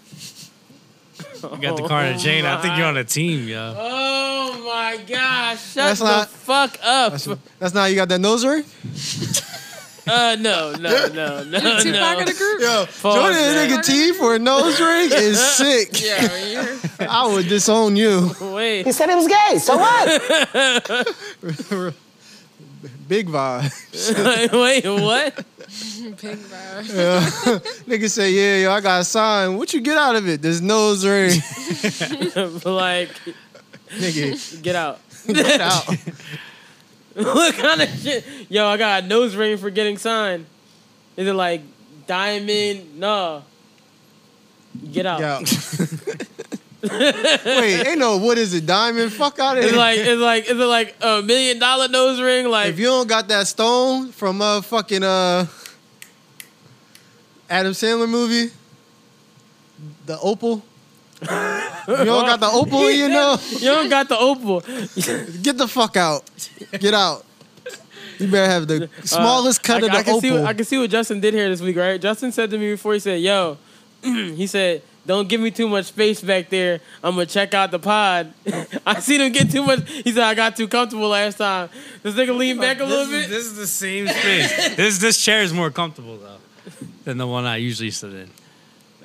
You got the car in a chain. I think you're on a team, yo.
oh my gosh! Shut
That's
the
not-
fuck up!
That's, that's not how you got that nose ring.
Uh, no, no, no, no,
Tupac
no.
of the group.
Yo,
Pause
joining a
that.
nigga T for a nose ring is sick.
Yeah, you're
I would disown you.
Wait,
said it was gay, so what?
Big vibe.
wait, what?
big vibe.
Nigga say, yeah, yo, I got a sign. What you get out of it? This nose ring.
like,
Nigga,
get out.
Get out.
what kind of shit? Yo, I got a nose ring for getting signed. Is it like diamond? Nah. Get out.
Get out. Wait, ain't no what is it, diamond? Fuck out of
It's
here.
like it's like is it like a million dollar nose ring? Like
if you don't got that stone from a fucking uh Adam Sandler movie, the opal. you don't got the opal, you know.
you don't got the opal.
Get the fuck out. Get out. You better have the smallest cut
Uh, I,
of the
I can
opal.
see what, I can see what Justin did here this week, right? Justin said to me before he said, "Yo," he said, "Don't give me too much space back there. I'm gonna check out the pod." I seen him get too much. He said, "I got too comfortable last time." This nigga lean back a little
This is,
bit.
this is the same space. this this chair is more comfortable though than the one I usually sit in.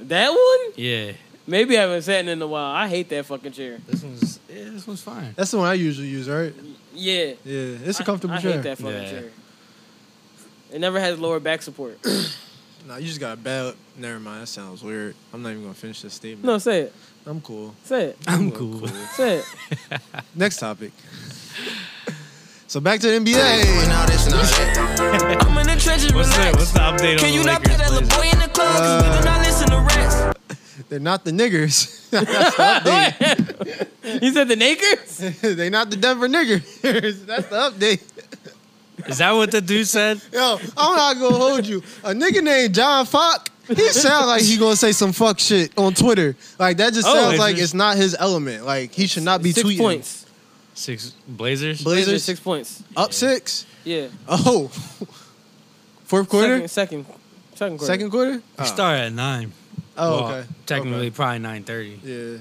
That one?
Yeah,
Maybe I haven't sat in in a while. I hate that fucking chair.
this one's yeah, this one's fine.
That's the one I usually use, right?
Yeah,
Yeah, it's a comfortable
I, I
chair.
hate that fucking
Yeah.
chair. It never has lower back support.
Nah, you just got a bad. Never mind. That sounds weird. I'm not even gonna finish this statement.
no, say it.
I'm cool.
Say it.
I'm
Well,
cool.
Say it.
Next topic. so back to the
Doing
NBA.
all this and all that.
I'm in the trenches,
What's the
relax.
what's the update
Can
on
you
the
not play
Lakers?
that little
Blazers?
boy in the club? 'Cause we do not listen to rats.
They're not the niggers. That's the
you said the Nakers?
update. They're not the Denver niggers. That's the update.
Is that what the dude said?
Yo, I'm not gonna hold you. A nigga named John Fox. He sounds like he gonna say some fuck shit on Twitter. Like that just
Oh,
sounds
it's
like
just-
it's not his element. Like he should not be
Six
tweeting.
points.
Six Blazers.
Blazers
Blazers
six points.
up six.
Yeah.
Oh, fourth quarter,
Second, second, second quarter.
second quarter.
We
Oh.
start at nine.
Oh,
Well,
okay.
Technically, probably nine thirty.
Okay.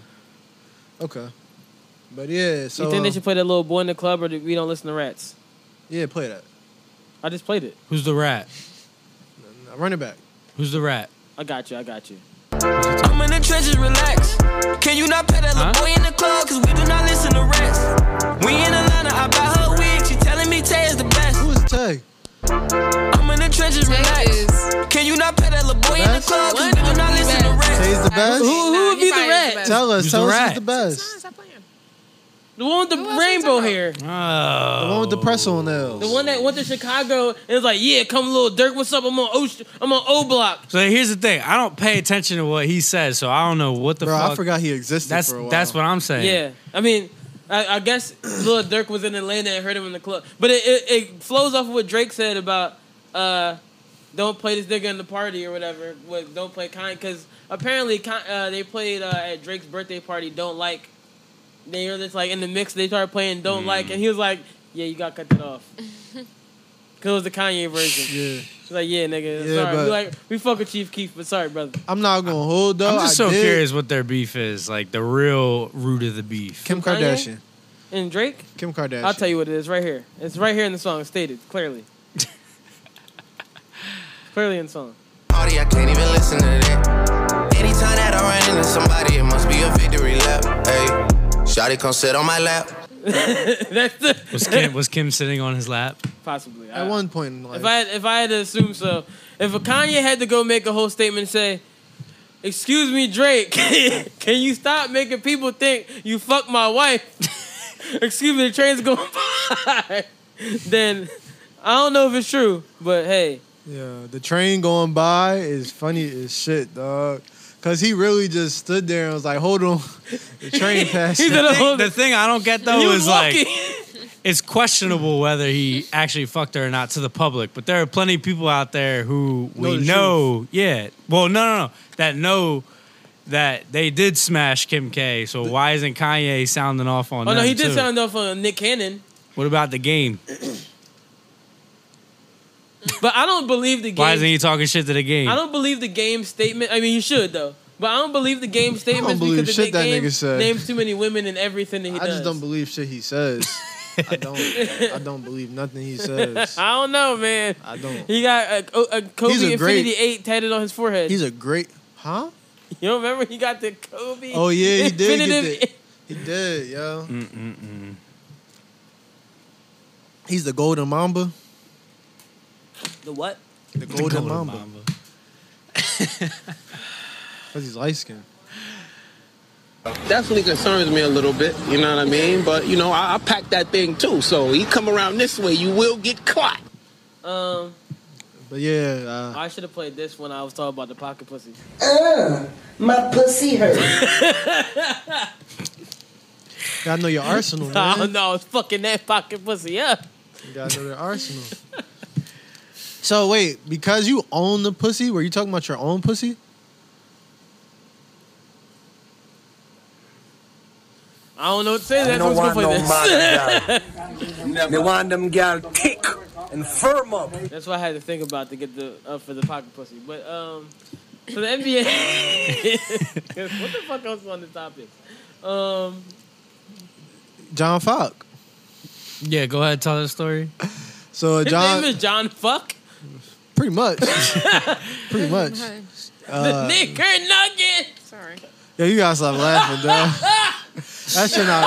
Yeah. Okay. But yeah, so
you think they
uh,
should play that little boy in the club or do we don't listen to rats?
yeah, play that.
I just played it.
Who's the rat?
Now, Run it back.
Who's the rat?
I got you. I got you.
I'm in the trenches, relax. Can you not play that little
Huh?
boy in the club? Cause we do not listen to rats. We in Atlanta, I buy her wig. She telling me Tay is the best.
Who is Tay?
I'm in the trenches, relax.
is-
Can you not play that little boy in the
Best?
club? Cause
What?
we do not listen to
Best.
rats.
Tay's the best.
Who- who would be the rat?
Tell us.
Who's
tell
the
us
rat?
who's the best.
Stop playing.
The one with the
Who else we
rainbow
talking about?
hair.
Oh,
The one with the press on
The
nails.
one that went to Chicago and was like, "Yeah, come little Dirk, what's up? I'm on O, I'm on O Block."
So here's the thing. I don't pay attention to what he says, so I don't know what the
Bro,
fuck.
I forgot he existed
That's
for a while.
that's what I'm saying.
Yeah, I mean, I, I guess Lil Dirk was in Atlanta and heard him in the club. But it, it, it flows off of what Drake said about uh, don't play this nigga in the party or whatever. What, don't play Kanye because apparently Con- uh, they played uh, at Drake's birthday party. Don't like. They were just like in the mix. They started playing
Mm.
"Don't Like," and he was like, "Yeah, you got to cut that off." Cause it was the Kanye version.
Yeah.
He's like, "Yeah, nigga,
Yeah,
sorry."
but-
We like we fuck with Chief Keef, but sorry, brother.
I'm not gonna hold though.
I'm just
I
so
did.
curious what their beef is, like the real root of the beef.
Kim
Kanye?
Kardashian.
And Drake,
Kim Kardashian.
I'll tell you what it is right here. It's right here in the song, stated clearly. clearly in the song.
Party, I can't even listen to that. Anytime that I run into somebody, it must be a victory lap. Hey, Shotty come sit on my lap.
That's the
Was Kim was Kim sitting on his lap?
possibly. I,
At one point in life.
if I had, if I had to assume so, if a Kanye had to go make a whole statement and say, "Excuse me, Drake, can you stop making people think you fuck my wife?" Excuse me, the train's going by. then I don't know if it's true, but hey,
yeah, the train going by is funny as shit, dog. Cause he really just stood there and was like, "Hold on, the train passed."
he did a whole.
The thing I don't get
he
though
was
is like
walking.
it's questionable whether he actually fucked her or not to the public, but there are plenty of people out there who
Know
we
the
know, yeah. Well, no, no, no, that know that they did smash Kim K. So why isn't Kanye sounding off on?
Oh no,
them,
he did
too?
sound off on Nick Cannon.
What about the game?
But I don't believe the game.
Why isn't he talking shit to the game?
I don't believe the game statement. I mean, he should though. But I don't believe the game statement
believe
because
shit
the
that
game
nigga said.
names too many women and everything that he
I
does.
just don't believe shit he says. I don't. I don't believe nothing he says.
I don't know, man.
I don't.
He got a, a Kobe
He's a
Infinity
great-
Eight tatted on his forehead.
He's a great, huh?
you don't remember he got the Kobe?
Oh, yeah, he did get
Infinitive-
that. He did, yo. He's the golden mamba.
The what?
The golden, mamba. Cause he's light skinned
Definitely concerns me a little bit, you know what I mean? But you know, I, I packed that thing too, so you come around this way, you will get caught.
Um,
But yeah, uh,
I should have played this when I was talking about the pocket pussy.
Uh, my pussy hurt.
gotta know your arsenal, man.
Oh no, it's fucking that pocket pussy. Yeah.
You gotta know their arsenal. so wait, because you own the pussy, were you talking about your own pussy?
I don't know what to say. That's
no
what's gonna
want
play
no
this.
mother gal. They want them gal thick and firm up.
That's what I had to think about to get the up for the pocket pussy. But um, so the NBA. what the fuck else is on the topic? Um,
John Falk.
Yeah, go ahead, tell that story.
So
his
John,
name is John Fuck.
pretty much, pretty much.
Hi.
Uh,
The Nicker Nugget.
Sorry.
Yeah, you gotta stop laughing, bro. That shit not.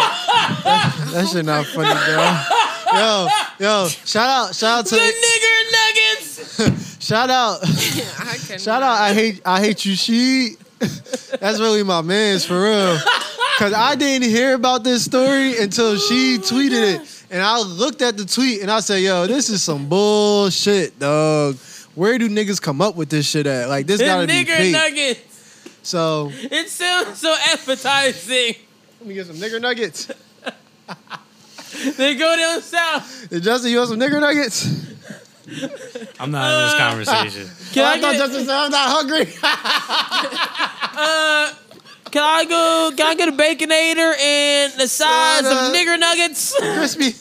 That, that shit not funny, bro. Yo, yo, shout out, shout out
The
to,
Nigger Nuggets.
shout out,
I can
shout out. I hate, I hate you, she. That's really my man's for real. Cause I didn't hear about this story until she tweeted it, and I looked at the tweet and I said, "Yo, this is some bullshit, dog. Where do niggas come up with this shit at? Like this
The
gotta be
Nigger
fake."
Nuggets.
so
It sounds so appetizing.
let me get some nigger nuggets.
They go down south.
Justin, you want some nigger nuggets?
I'm not in this conversation.
Can I,
Oh, I thought
get,
Justin said I'm not hungry.
can I go? Can I get a baconator and the size of
Soda.
nigger nuggets?
crispy.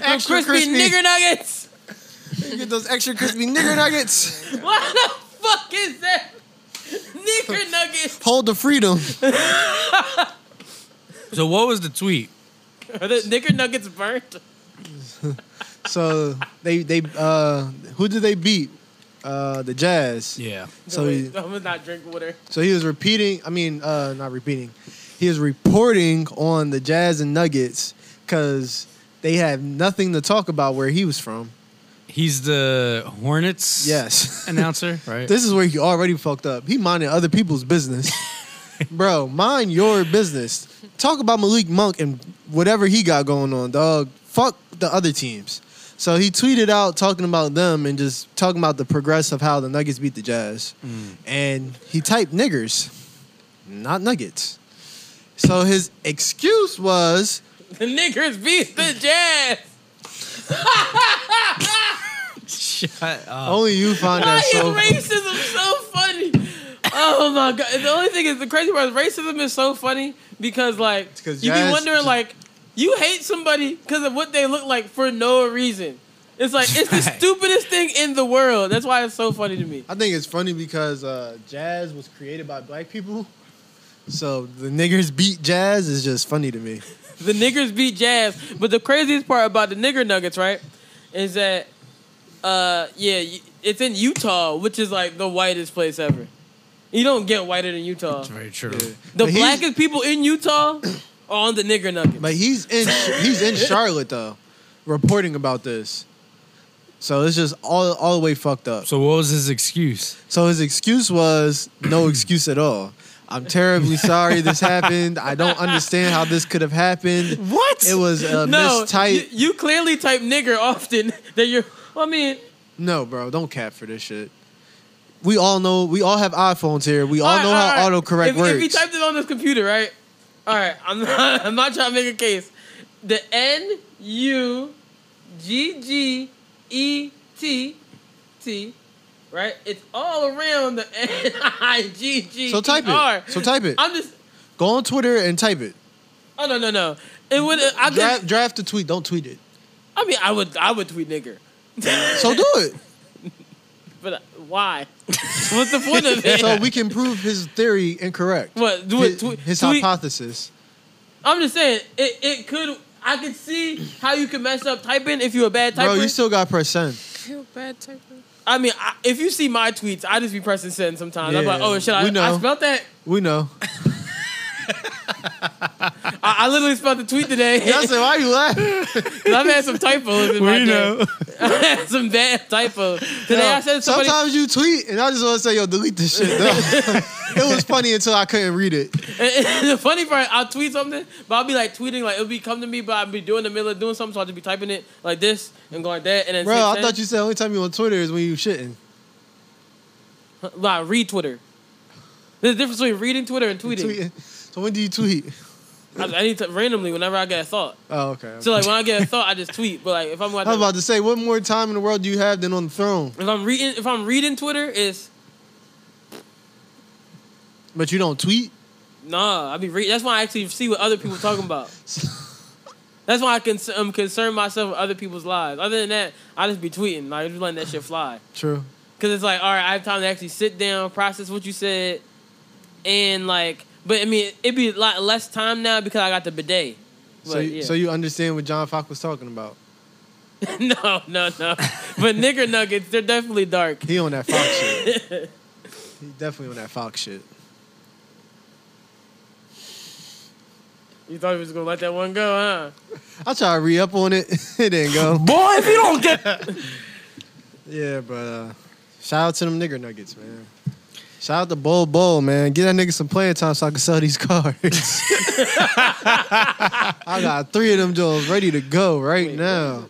Extra
crispy, nigger nuggets.
You Get those extra crispy nigger nuggets.
What the fuck is that? Nigger nuggets.
Hold the freedom.
So what was the tweet?
Are the nigger nuggets burnt?
So they they uh who did they beat? Uh the Jazz.
Yeah.
So
Wait,
he,
I'm gonna not drink water.
so he was repeating. I mean, uh not repeating. He was reporting on the Jazz and Nuggets because they had nothing to talk about where he was from.
He's the Hornets
Yes.
announcer, right?
This is where he already fucked up. He minded other people's business. Bro, mind your business. Talk about Malik Monk and whatever he got going on, dog. Fuck the other teams. So he tweeted out talking about them and just talking about the progress of how the Nuggets beat the Jazz. And he typed niggers, not nuggets. So his excuse was
The niggers beat the jazz.
Shut up.
only you find
Why
that
is
so
racism so funny? Oh my god! The only thing is the crazy part is racism is so funny because like
'cause
you be
jazz-
wondering like you hate somebody because of what they look like for no reason. It's like it's the
Right.
stupidest thing in the world. That's why it's so funny to me.
I think it's funny because uh, jazz was created by black people. So the niggers beat jazz is just funny to me.
The niggers beat jazz. But the craziest part about the nigger nuggets, right, is that, uh, yeah, y- it's in Utah, which is like the whitest place ever. You don't get whiter than Utah.
Very true.
The
But he's-
blackest people in Utah are on the nigger nuggets.
But he's in he's in Charlotte though, reporting about this. So it's just all all the way fucked up.
So what was his excuse?
So his excuse was no excuse at all. I'm terribly sorry this happened. I don't understand how this could have happened.
What?
It was uh, a
no,
mistype.
You, you clearly type nigger often that you're. I mean,
No, bro, don't cap for this shit. We all know. We all have iPhones here. We all, know how autocorrect
if,
works.
If you typed it on this computer, right? All right, I'm not, I'm not trying to make a case. The N U G G E T T, right? It's all around the N I G G. E
So type it. So type it.
I'm just.
Go on Twitter and type it.
Oh no no no! It would. I could,
Draft, draft a tweet. Don't tweet it.
I mean, I would. I would tweet nigger,
So do it.
but uh, why? What's the point of it?
So we can prove his theory incorrect.
what? Do it.
His,
Tweet,
his
tweet,
hypothesis.
I'm just saying it. It could. I could see how you could mess up typing if you're a bad typer.
Bro, you still got press send.
feel bad typing.
I mean, I, if you see my tweets, I just be pressing send sometimes. I'm
Yeah,
like, oh, should I?
we know.
I spelt that.
We know.
I, I literally spelled the tweet today.
Justin, why you laughing?
'Cause I've had some typos in my
We know.
day. I had some bad typos. Today
Yo,
I said somebody.
sometimes you tweet and I just want to say, yo, delete this shit. though. it was funny until I couldn't read it.
the funny part, I'll tweet something, but I'll be like tweeting, like it'll be come to me, but I'll be doing the middle of doing something, so I'll just be typing it like this and going like that, and then.
Bro, I thought you said only time you on Twitter is when you shitting.
you. Like read Twitter. There's a difference between reading Twitter and tweeting.
Tweeting. So when do you tweet?
I, I need to randomly whenever I get a thought.
Oh, okay.
So like when I get a thought, I just tweet. But like if I'm
I was about to say, what more time in the world do you have than on the throne?
if I'm reading if I'm reading Twitter, it's
But you don't tweet?
Nah, I be re- that's why I actually see what other people talking about. that's why I can um, concern myself with other people's lives. Other than that, I just be tweeting, like just letting that shit fly.
True.
Cause it's like, all right, I have time to actually sit down, process what you said, and like, but I mean, it'd be a lot less time now because I got the bidet.
So,
But,
you-
yeah.
so you understand what John Fox was talking about.
no, no, no. but nigger nuggets, they're definitely dark.
He on that Fox shit. He definitely on that Fox shit.
You thought he was gonna let that one go, huh?
I tried to re up on it. it didn't go.
Boy, if you don't get.
yeah, but uh, shout out to them nigger nuggets, man. Shout out to Bull Bull, man. Get that nigga some playing time so I can sell these cards. I got three of them Joes ready to go right now.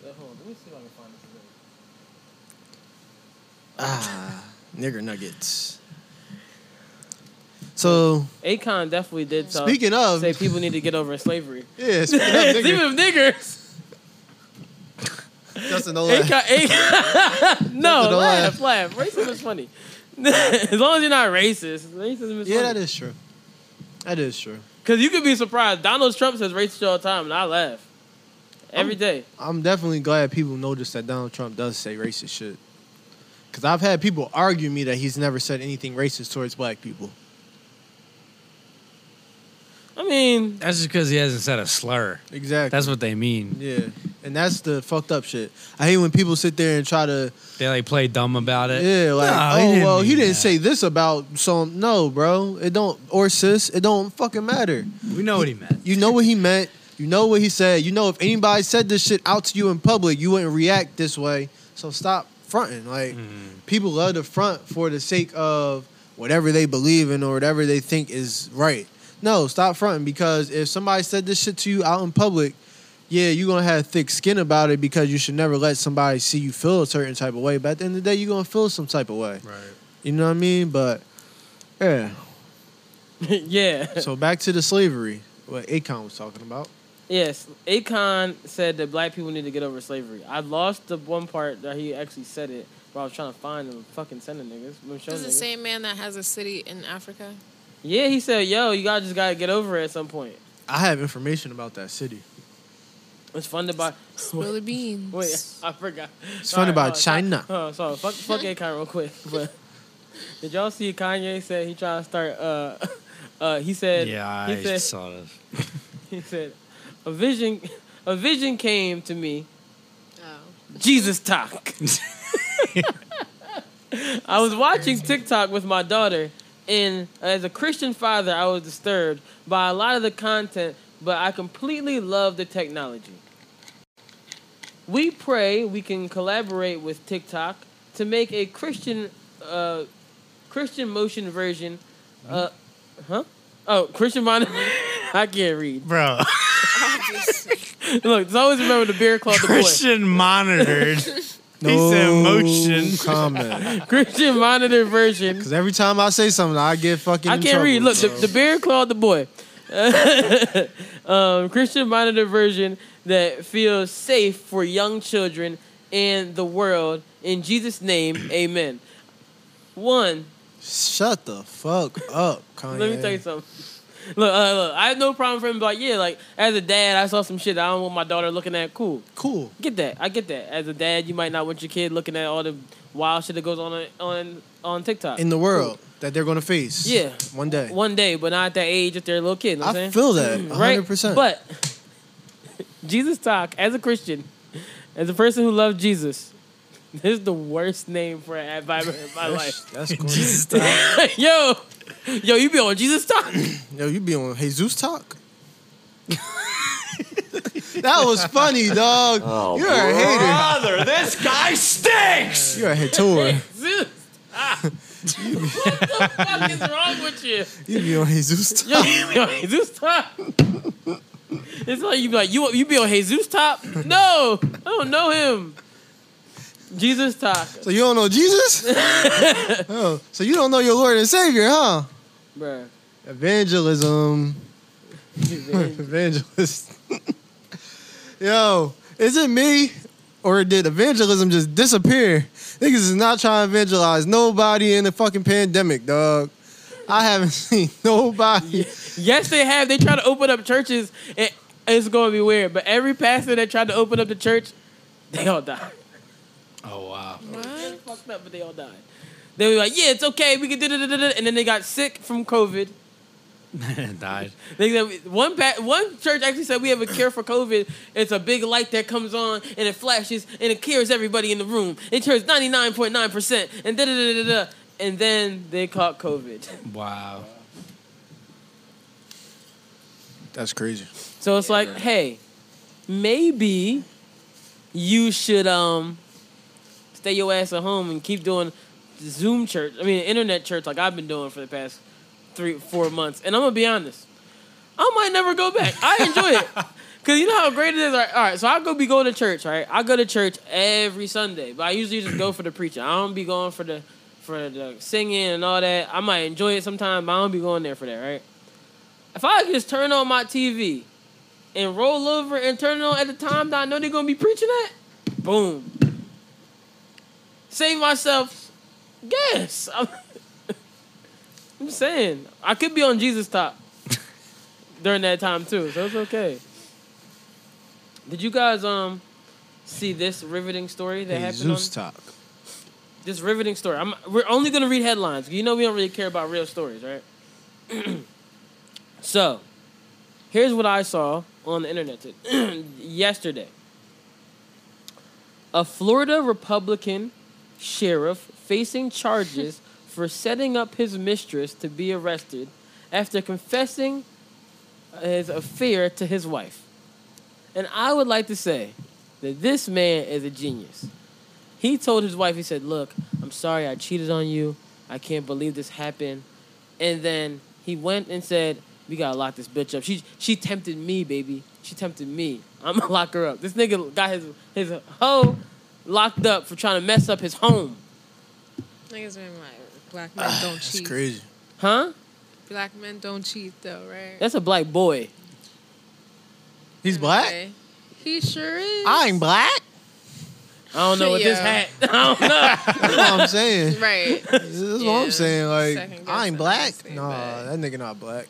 Ah, nigger nuggets. So,
Akon definitely did. Talk,
Speaking of-
Uh, say people need to get over slavery.
yeah, speaking of nigger-
Speaking of niggers.
Justin, don't laugh.
Akon, Akon, no,
Don't
laugh,
laugh.
laugh. Racism is funny. as long as you're not racist, racism is
Yeah,
funny.
that is true. That is true.
Because you could be surprised. Donald Trump says racist all the time, and I laugh every day.
I'm definitely glad people notice that Donald Trump does say racist shit. Cause I've had people argue me that he's never said anything racist towards black people.
I mean,
That's just because he hasn't said a slur.
Exactly.
That's what they mean.
yeah. And that's the fucked up shit. I hate when people sit there and try to
They like play dumb about it.
Yeah, like
No,
oh
didn't
well
mean
he didn't
that.
say this about some no, bro. It don't or sis, it don't fucking matter.
We know what he meant.
You know what he meant. You know what he said. You know if anybody said this shit out to you in public, you wouldn't react this way. So stop fronting. Like people love to front for the sake of whatever they believe in or whatever they think is right. No, stop fronting because if somebody said this shit to you out in public, yeah, you're gonna have thick skin about it because you should never let somebody see you feel a certain type of way. But at the end of the day, you're gonna feel some type of way. Right. You know what I mean? But yeah.
yeah.
So back to the slavery, what Akon was talking about.
Yes, Akon said that black people need to get over slavery. I lost the one part that he actually said it, but I was trying to find him, fucking sending niggas. I'm showing
This is the
niggas.
same man that has a city in Africa.
Yeah, he said, "Yo, you guys just gotta get over it at some point."
I have information about that city.
It's funded by.
Spill the beans.
Wait, I forgot.
It's funded by China.
Oh, sorry. Fuck, fuck Akon real quick. But did y'all see Kanye said he trying to start? Uh, uh, he said.
Yeah,
he
I
said,
saw this.
He said, a vision, a vision came to me.
Oh.
Jesus talk. I was watching TikTok with my daughter, and as a Christian father, I was disturbed by a lot of the content, but I completely love the technology. We pray we can collaborate with TikTok to make a Christian, uh, Christian motion version. Uh, huh? Oh, Christian motion. I can't read.
Bro,
Look, just always remember the beer called the
Christian monitored. He said motion.
comment.
boy. Christian monitor version.
Because every time I say something, I get fucking.
I
in
can't
trouble,
read. Look, the,
so.
the bear clawed the boy. um, Christian monitor version that feels safe for young children and the world. In Jesus' name, amen. One,
shut the fuck up, Kanye.
let me tell you something. Look, uh, look, I have no problem for him. Like, yeah, like as a dad, I saw some shit that I don't want my daughter looking at. Cool,
Cool.
get that. I get that. As a dad, you might not want your kid looking at all the wild shit that goes on on on TikTok
In the world that they're gonna face.
Yeah.
One day.
one day, but not at that age if they're a little kid. you know what I'm
I
saying? Mm,
feel that.
right?
100%.
But Jesus talk as a Christian, as a person who loves Jesus. This is the worst name for an ad vibe in my life.
That's cool.
Jesus talk.
yo, yo, you be on Jesus talk.
Yo, you be on Jesus talk. That was funny, dog.
Oh,
You're a hater.
Brother, this guy stinks.
You're a hater.
Zeus, stop. what the fuck is wrong with you?
You be on Jesus.
Yo, you be on Jesus top. It's like you be like you you be on Jesus top. No, I don't know him. Jesus talk,
So you don't know Jesus? oh, so you don't know your Lord and Savior, huh?
bruh.
Evangelism. Evangelist. Yo, is it me or did evangelism just disappear? Niggas is not trying to evangelize nobody in the fucking pandemic, dog. I haven't seen nobody.
Yes, they have. They try to open up churches, and it's going to be weird. But every pastor that tried to open up the church, they all died.
Oh wow.
They fucked up, but they all died. They were like, "Yeah, it's okay. We can do da da da," and then they got sick from COVID.
Died.
They said one pa- one church actually said we have a cure for COVID. It's a big light that comes on and it flashes and it cures everybody in the room. It cures ninety nine point nine percent and da da da da da. And then they caught COVID.
Wow.
That's crazy.
So it's like, hey, maybe you should um stay your ass at home and keep doing Zoom church. I mean, internet church like I've been doing for the past three, four months. And I'm gonna be honest, I might never go back. I enjoy it. Cause you know how great it is. All right, all right, so I go be going to church. Right, I go to church every Sunday, but I usually just go for the preacher. I don't be going for the for the singing and all that. I might enjoy it sometimes, but I don't be going there for that. Right. If I could just turn on my TV and roll over and turn it on at the time that I know they're gonna be preaching at, boom. Save myself gas. I'm, I'm saying I could be on Jesus top during that time too, so it's okay. Did you guys um see this riveting story that happened?
Jesus
on,
talk.
this riveting story. I'm, we're only gonna read headlines. You know we don't really care about real stories, right? so, here's what I saw on the internet t- yesterday. A Florida Republican sheriff facing charges for setting up his mistress to be arrested after confessing his affair to his wife. And I would like to say that this man is a genius. He told his wife, he said, Look, I'm sorry I cheated on you. I can't believe this happened. And then he went and said, We gotta lock this bitch up. She she tempted me, baby. She tempted me. I'm gonna lock her up. This nigga got his his hoe locked up for trying to mess up his home.
Niggas been like, black men don't
That's
cheat.
crazy.
Huh?
Black men don't cheat though, right?
Eh,
That's a black boy.
He's black?
Okay. He sure is.
I ain't black.
I don't know what this
Yeah.
hat. I don't know.
That's what I'm saying.
Right.
That's what
Yeah.
I'm saying.
Second
Like,
guess
I ain't
that
black.
nigga stay
Nah, that nigga not black.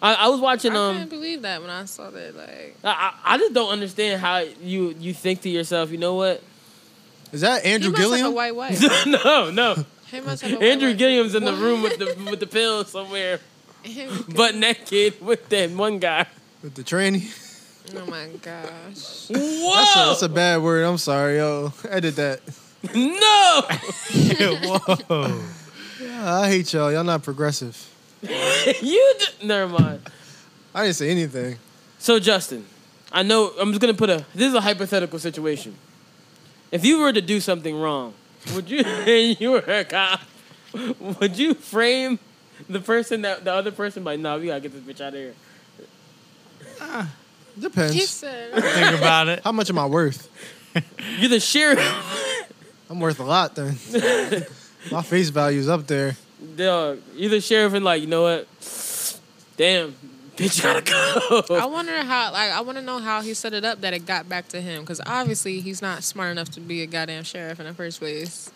I, I was watching
I
um
couldn't believe that when I saw that. Like,
I, I I just don't understand how you you think to yourself, you know what?
Is that
he must have a white wife.
no, no.
he must have a white
Andrew
wife.
Gilliam's in the room with the with the pill somewhere, butt naked with that one guy.
With the tranny.
oh my gosh.
Whoa!
That's a, that's a bad word. I'm sorry, yo. Edit that.
no.
Whoa. I hate y'all. Y'all not progressive.
you d- never mind.
I didn't say anything.
So Justin, I know I'm just gonna put a this is a hypothetical situation. If you were to do something wrong, would you and you were a cop, would you frame the person that the other person by nah, we gotta get this bitch out of here.
He
Depends.
said,
Think about it.
How much am I worth?
You're the sheriff.
I'm worth a lot then. My face value's up there.
Dog, you're the sheriff and like, you know what? Damn, bitch gotta
I
go.
wonder how, like, I want to know how he set it up that it got back to him. Because obviously, he's not smart enough to be a goddamn sheriff in the first place.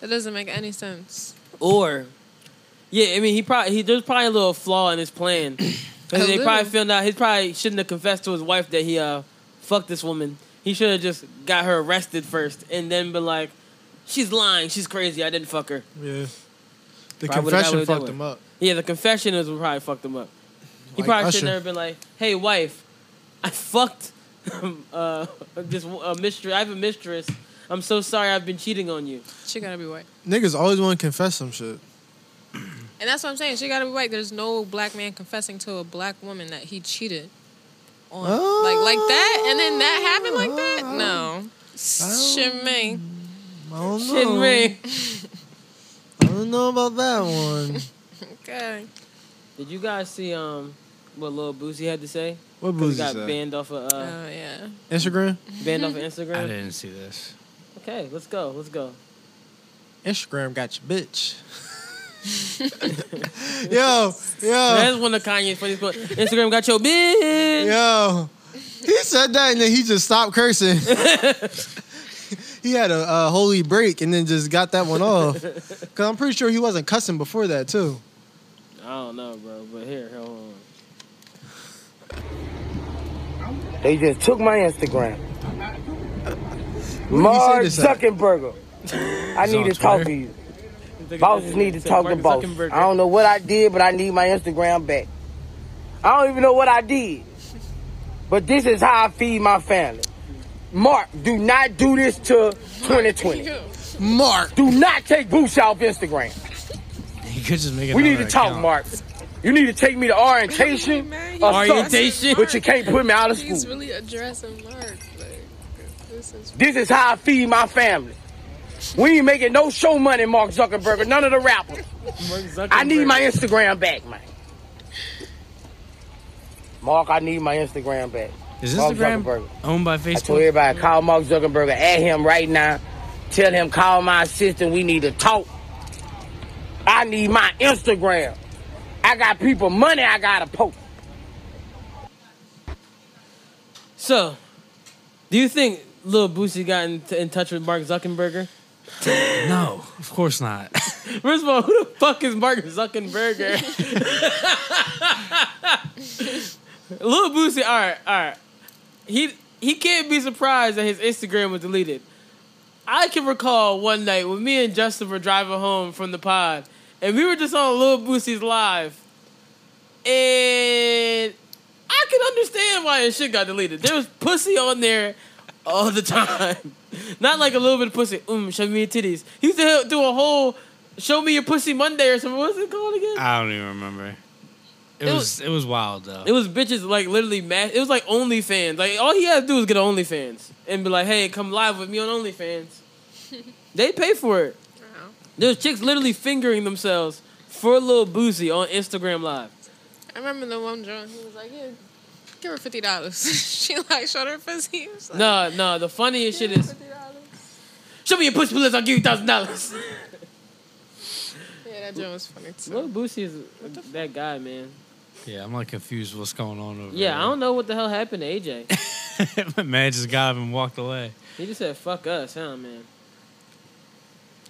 That doesn't make any sense.
Or yeah, I mean he probably he, there's probably a little flaw in his plan. 'Cause they
little.
probably found out he probably shouldn't have confessed to his wife that he uh fucked this woman. He should have just got her arrested first and then been like, She's lying, she's crazy, I didn't fuck her.
Yeah. The
Probably would've got away
confession
with that
fucked
one.
him up.
Yeah, the confession is what probably fucked him up. He
Like
probably
Usher.
shouldn't have been like, "Hey, wife, I fucked uh, this uh, mistress. I have a mistress. I'm so sorry. I've been cheating on you."
She gotta be white.
Niggas always want to confess some shit.
And that's what I'm saying. She gotta be white. There's no black man confessing to a black woman that he cheated on like like that, and then that happened like
Oh.
that. No, shouldn't me.
Shouldn't
me.
I don't know about that one.
Okay.
Did you guys see um what Lil Boosie had to say?
What
'Cause he
Boosie
got
said?
banned off of uh,
Oh.
Oh, yeah.
Instagram?
Banned off of Instagram.
I didn't see this.
Okay, let's go. Let's go.
Instagram got your bitch. yo,
Oh.
yo.
That's one of Kanye's funniest quotes. Instagram got your bitch.
Yo, he said that and then he just stopped cursing. he had a, a holy break and then just got that one off. Cause I'm pretty sure he wasn't cussing before that too.
I don't know, bro, but here, hold on.
They just took my Instagram.
Who did he say
Mark
this at?
Zuckerberg. I
It's
need
on
to talk
Twitter?
to you. Bosses need to talk to
Mark
boss.
Zuckerberg.
I don't know what I did, but I need my Instagram back. I don't even know what I did. But this is how I feed my family. Mark, do not do this to 2020. Mark, do not take Boosh off Instagram.
He could just make it.
We need to talk, Mark. You need to take me to orientation. or
Orientation?
something, But you can't put me out of
He's
school.
really addressing Mark. Like, this is
This is how I feed my family. We ain't making no show money, Mark Zuckerberg, or none of the rappers. I need my Instagram back, man. Mark, I need my Instagram back.
Is
Mark
Instagram
Zuckerberg.
owned by
I told
Facebook?
everybody, call Mark Zuckerberg, at him right now. Tell him, call my assistant. We need to talk. I need my Instagram. I got people money I gotta post.
So, do you think Lil Boosie got in, in touch with Mark Zuckerberg?
No, of course not.
First of all, who the fuck is Mark Zuckerberg? Lil Boosie, all right, all right. He he can't be surprised that his Instagram was deleted. I can recall one night when me and Justin were driving home from the pod, and we were just on Lil Boosie's live, and I can understand why his shit got deleted. There was pussy on there all the time. Not like a little bit of pussy. Mm, show me your titties. He used to do a whole "Show me your pussy" Monday or something. What's it called again?
I don't even remember. It,
It
was, it was wild though.
It was bitches like literally mad. It was like OnlyFans. Like all he had to do was get on OnlyFans and be like, "Hey, come live with me on OnlyFans." they pay for it. There's chicks literally fingering themselves for a little boozy on Instagram Live.
I remember the one drunk. He was like, "Yeah, give her fifty dollars." she like showed her pussy. He was like,
No, no. The funniest shit is, show me your pussy, please. I'll give you thousand dollars.
Yeah, that joint was funny too.
Lil Boosie is that guy, man.
yeah, I'm like confused. What's going on over
Yeah, I don't know what the hell happened to AJ.
there? My man just got up and walked away.
he just said, "Fuck us, huh, man."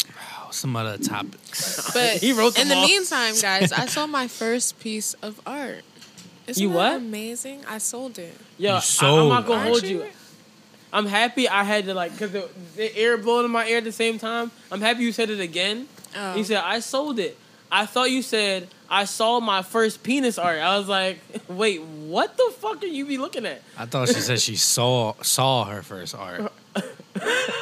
Oh, some other topics.
But
He wrote them
in the
all.
meantime, guys, I sold my first piece of art. Isn't
You
that
what?
Amazing! I sold it.
Yo,
You
I, I'm
sold.
not gonna
Aren't
hold
you?
you. I'm happy I had to like because the, the air blowing in my ear at the same time. I'm happy you said it again.
Oh.
You said I sold it. I thought you said I saw my first penis art. I was like, wait, what the fuck are you be looking at?
I thought she said she saw saw her first art.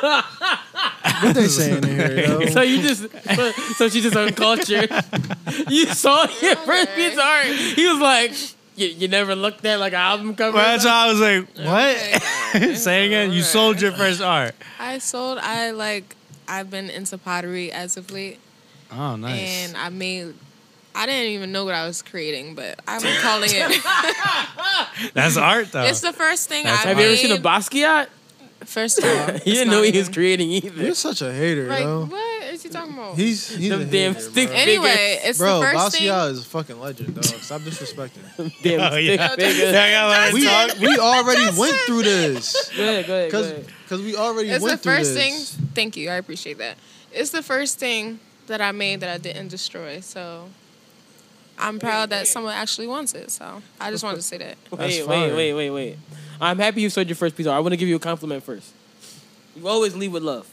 What they saying in here, yo?
So you just so, so she just uncultured. you saw your first penis art. He was like, you, you never looked at like an album cover.
Well, that's why I was like, what? Say again, you sold your first art.
I sold. I like. I've been into pottery as of late,
Oh, nice.
and I made. I didn't even know what I was creating, but I was calling it.
That's art though.
it's the first thing I
Have you ever seen a
made.
Basquiat?
First of all,
He didn't know he was creating either.
You're such a hater,
like,
yo.
what is he talking about?
He's he's
Them
a
damn
hater,
stick
bro.
Anyway, it's
Bro,
the first thing.
Basquiat is a fucking legend, dog. Stop disrespecting.
Damn
Oh, yeah.
stick figure.
Yeah, I gotta let it
we
talk.
we already went through this
Go ahead, go ahead, go
because
ahead.
we already
It's the
went through
first thing.
this.
Thank you. I appreciate that. It's the first thing that I made that I didn't destroy. So I'm proud that someone actually wants it. So I just wanted to say that.
That's
Wait, wait,
fire.
wait, wait, wait. I'm happy you sold your first piece. of art. I want to give you a compliment first. You always leave with love.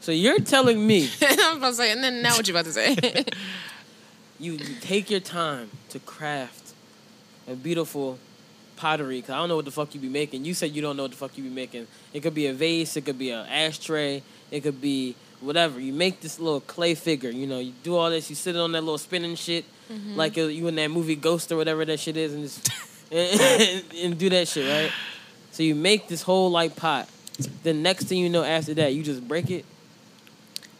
So you're telling me
I'm about to say, and then now what you about to say?
you take your time to craft a beautiful pottery. Cause I don't know what the fuck you be making. You said you don't know what the fuck you be making. It could be a vase. It could be an ashtray. It could be whatever. You make this little clay figure. You know, you do all this. You sit on that little spinning shit, like uh, you in that movie Ghost or whatever that shit is, and just and, and do that shit, right? So you make this whole like pot. The next thing you know, after that, you just break it.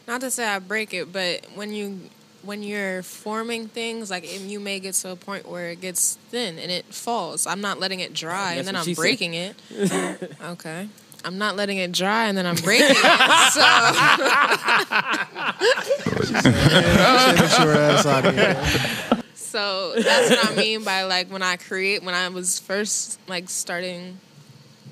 Not to say I break it, but when you when you're forming things, like it, you may get to a point where it gets thin and it falls. I'm not letting it dry
That's
and then
what
I'm
she said.
breaking it. okay. I'm not letting it dry and then I'm breaking it.
Get your ass out of here.
So that's what I mean by like when I create when I was first like starting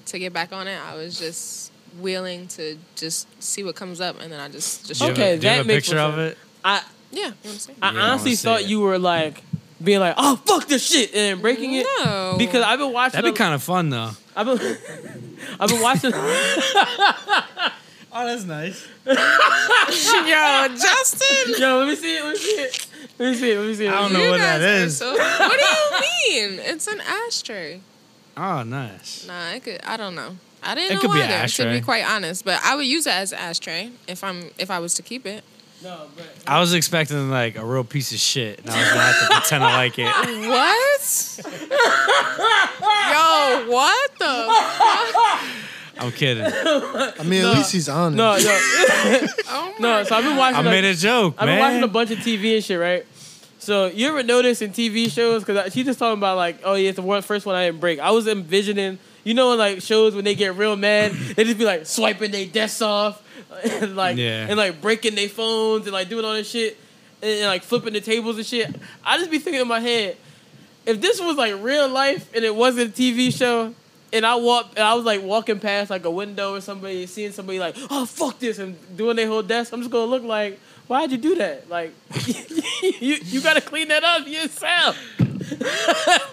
to get back on it, I was just willing to just see what comes up and then I just just
Do you have a-
Okay,
do you
that
have a
makes
picture
more
of
sense.
it?
I
yeah, you understand?
I
Yeah, I
honestly
wanna see
thought
it.
you were like being like, oh fuck this shit, and then breaking it.
No,
because I've been watching.
That'd be kind of fun though.
I've been, I've been watching.
Oh, that's nice.
Yo, Justin.
Yo, let me see it. Let me see it. Let me see it. Let me see it.
I don't know what that is.
So, what do you mean? It's an ashtray.
Oh, nice.
Nah, it could. I don't know. I didn't
It
know
could be
either.
an
To
ashtray.
be quite honest, but I would use it as an ashtray if I'm if I was to keep it.
No, but
I was expecting like a real piece of shit, and I was gonna have to pretend I like it.
What? Yo, what the?
I'm kidding.
I mean, at least he's honest.
No, no.
Oh
no, so I've been watching.
I
like-
made a joke,
I've been watching
man.
a bunch of TV and shit, right? So you ever notice in TV shows? Because she just talking about like, oh yeah, it's the one, first one I didn't break. I was envisioning, you know, in like shows when they get real mad, they just be like swiping their desks off, and like
Yeah.
and like breaking their phones and like doing all this shit, and, and like flipping the tables and shit. I just be thinking in my head, if this was like real life and it wasn't a TV show, and I walked, and I was like walking past like a window or somebody, seeing somebody like, oh fuck this, and doing their whole desk, I'm just gonna look like, why'd you do that? Like, you you gotta clean that up yourself.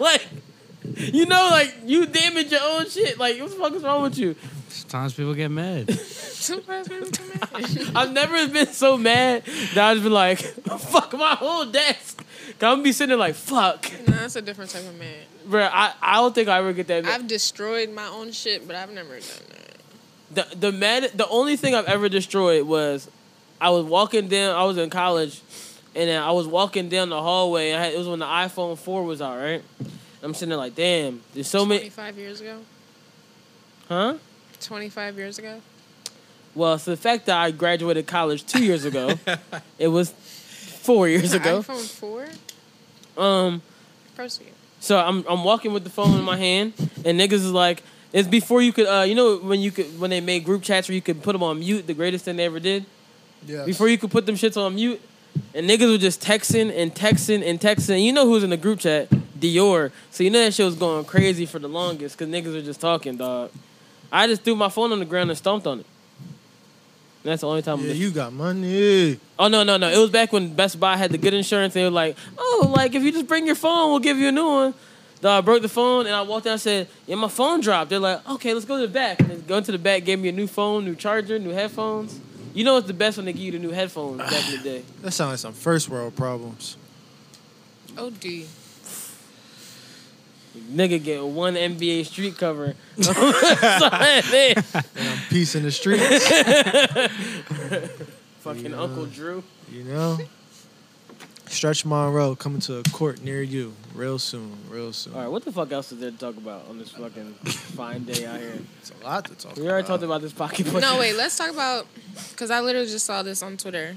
like, you know, like you damage your own shit. Like, what the fuck is wrong with you?
Sometimes people get mad.
I've never been so mad that I've been like, fuck my whole desk. i I'm gonna be sitting there like, fuck,
nah, that's a different type of man.
bro. I, I don't think I ever get that.
I've destroyed my own shit, but I've never done that.
the the mad the only thing I've ever destroyed was I was walking down I was in college and then I was walking down the hallway and I had, it was when the iPhone 4 was out, right? I'm sitting there like, damn, there's so many
Twenty-five years ago.
huh?
Twenty-five years ago.
Well, it's the fact that I graduated college 2 years ago. it was 4 years ago.
iPhone four.
Um
Proceed.
So I'm I'm walking with the phone in my hand, and niggas is like, it's before you could, uh, you know, when you could when they made group chats where you could put them on mute, the greatest thing they ever did.
Yes.
Before you could put them shits on mute, and niggas were just texting and texting and texting. You know who was in the group chat? Dior. So you know that shit was going crazy for the longest because niggas were just talking, dog. I just threw my phone on the ground and stomped on it. And that's the only time.
Yeah,
I'm
you got money.
Oh no no no! It was back when Best Buy had the good insurance. They were like, oh, like if you just bring your phone, we'll give you a new one. So I broke the phone and I walked out and said, yeah, my phone dropped. They're like, okay, let's go to the back. And they go into the back, gave me a new phone, new charger, new headphones. You know it's the best when they give you the new headphones back in the day.
That sounds like some first world problems.
Oh, D.
Nigga get one NBA street cover. Sorry.
Peace in the streets.
Fucking
Yeah.
Uncle Drew.
You know? Stretch Monroe coming to a court near you real soon, real soon.
All right, what the fuck else is there to talk about on this fucking fine day out here?
It's a lot to talk
We already talked about this pocket pussy.
No, wait. Let's talk about because I literally just saw this on Twitter.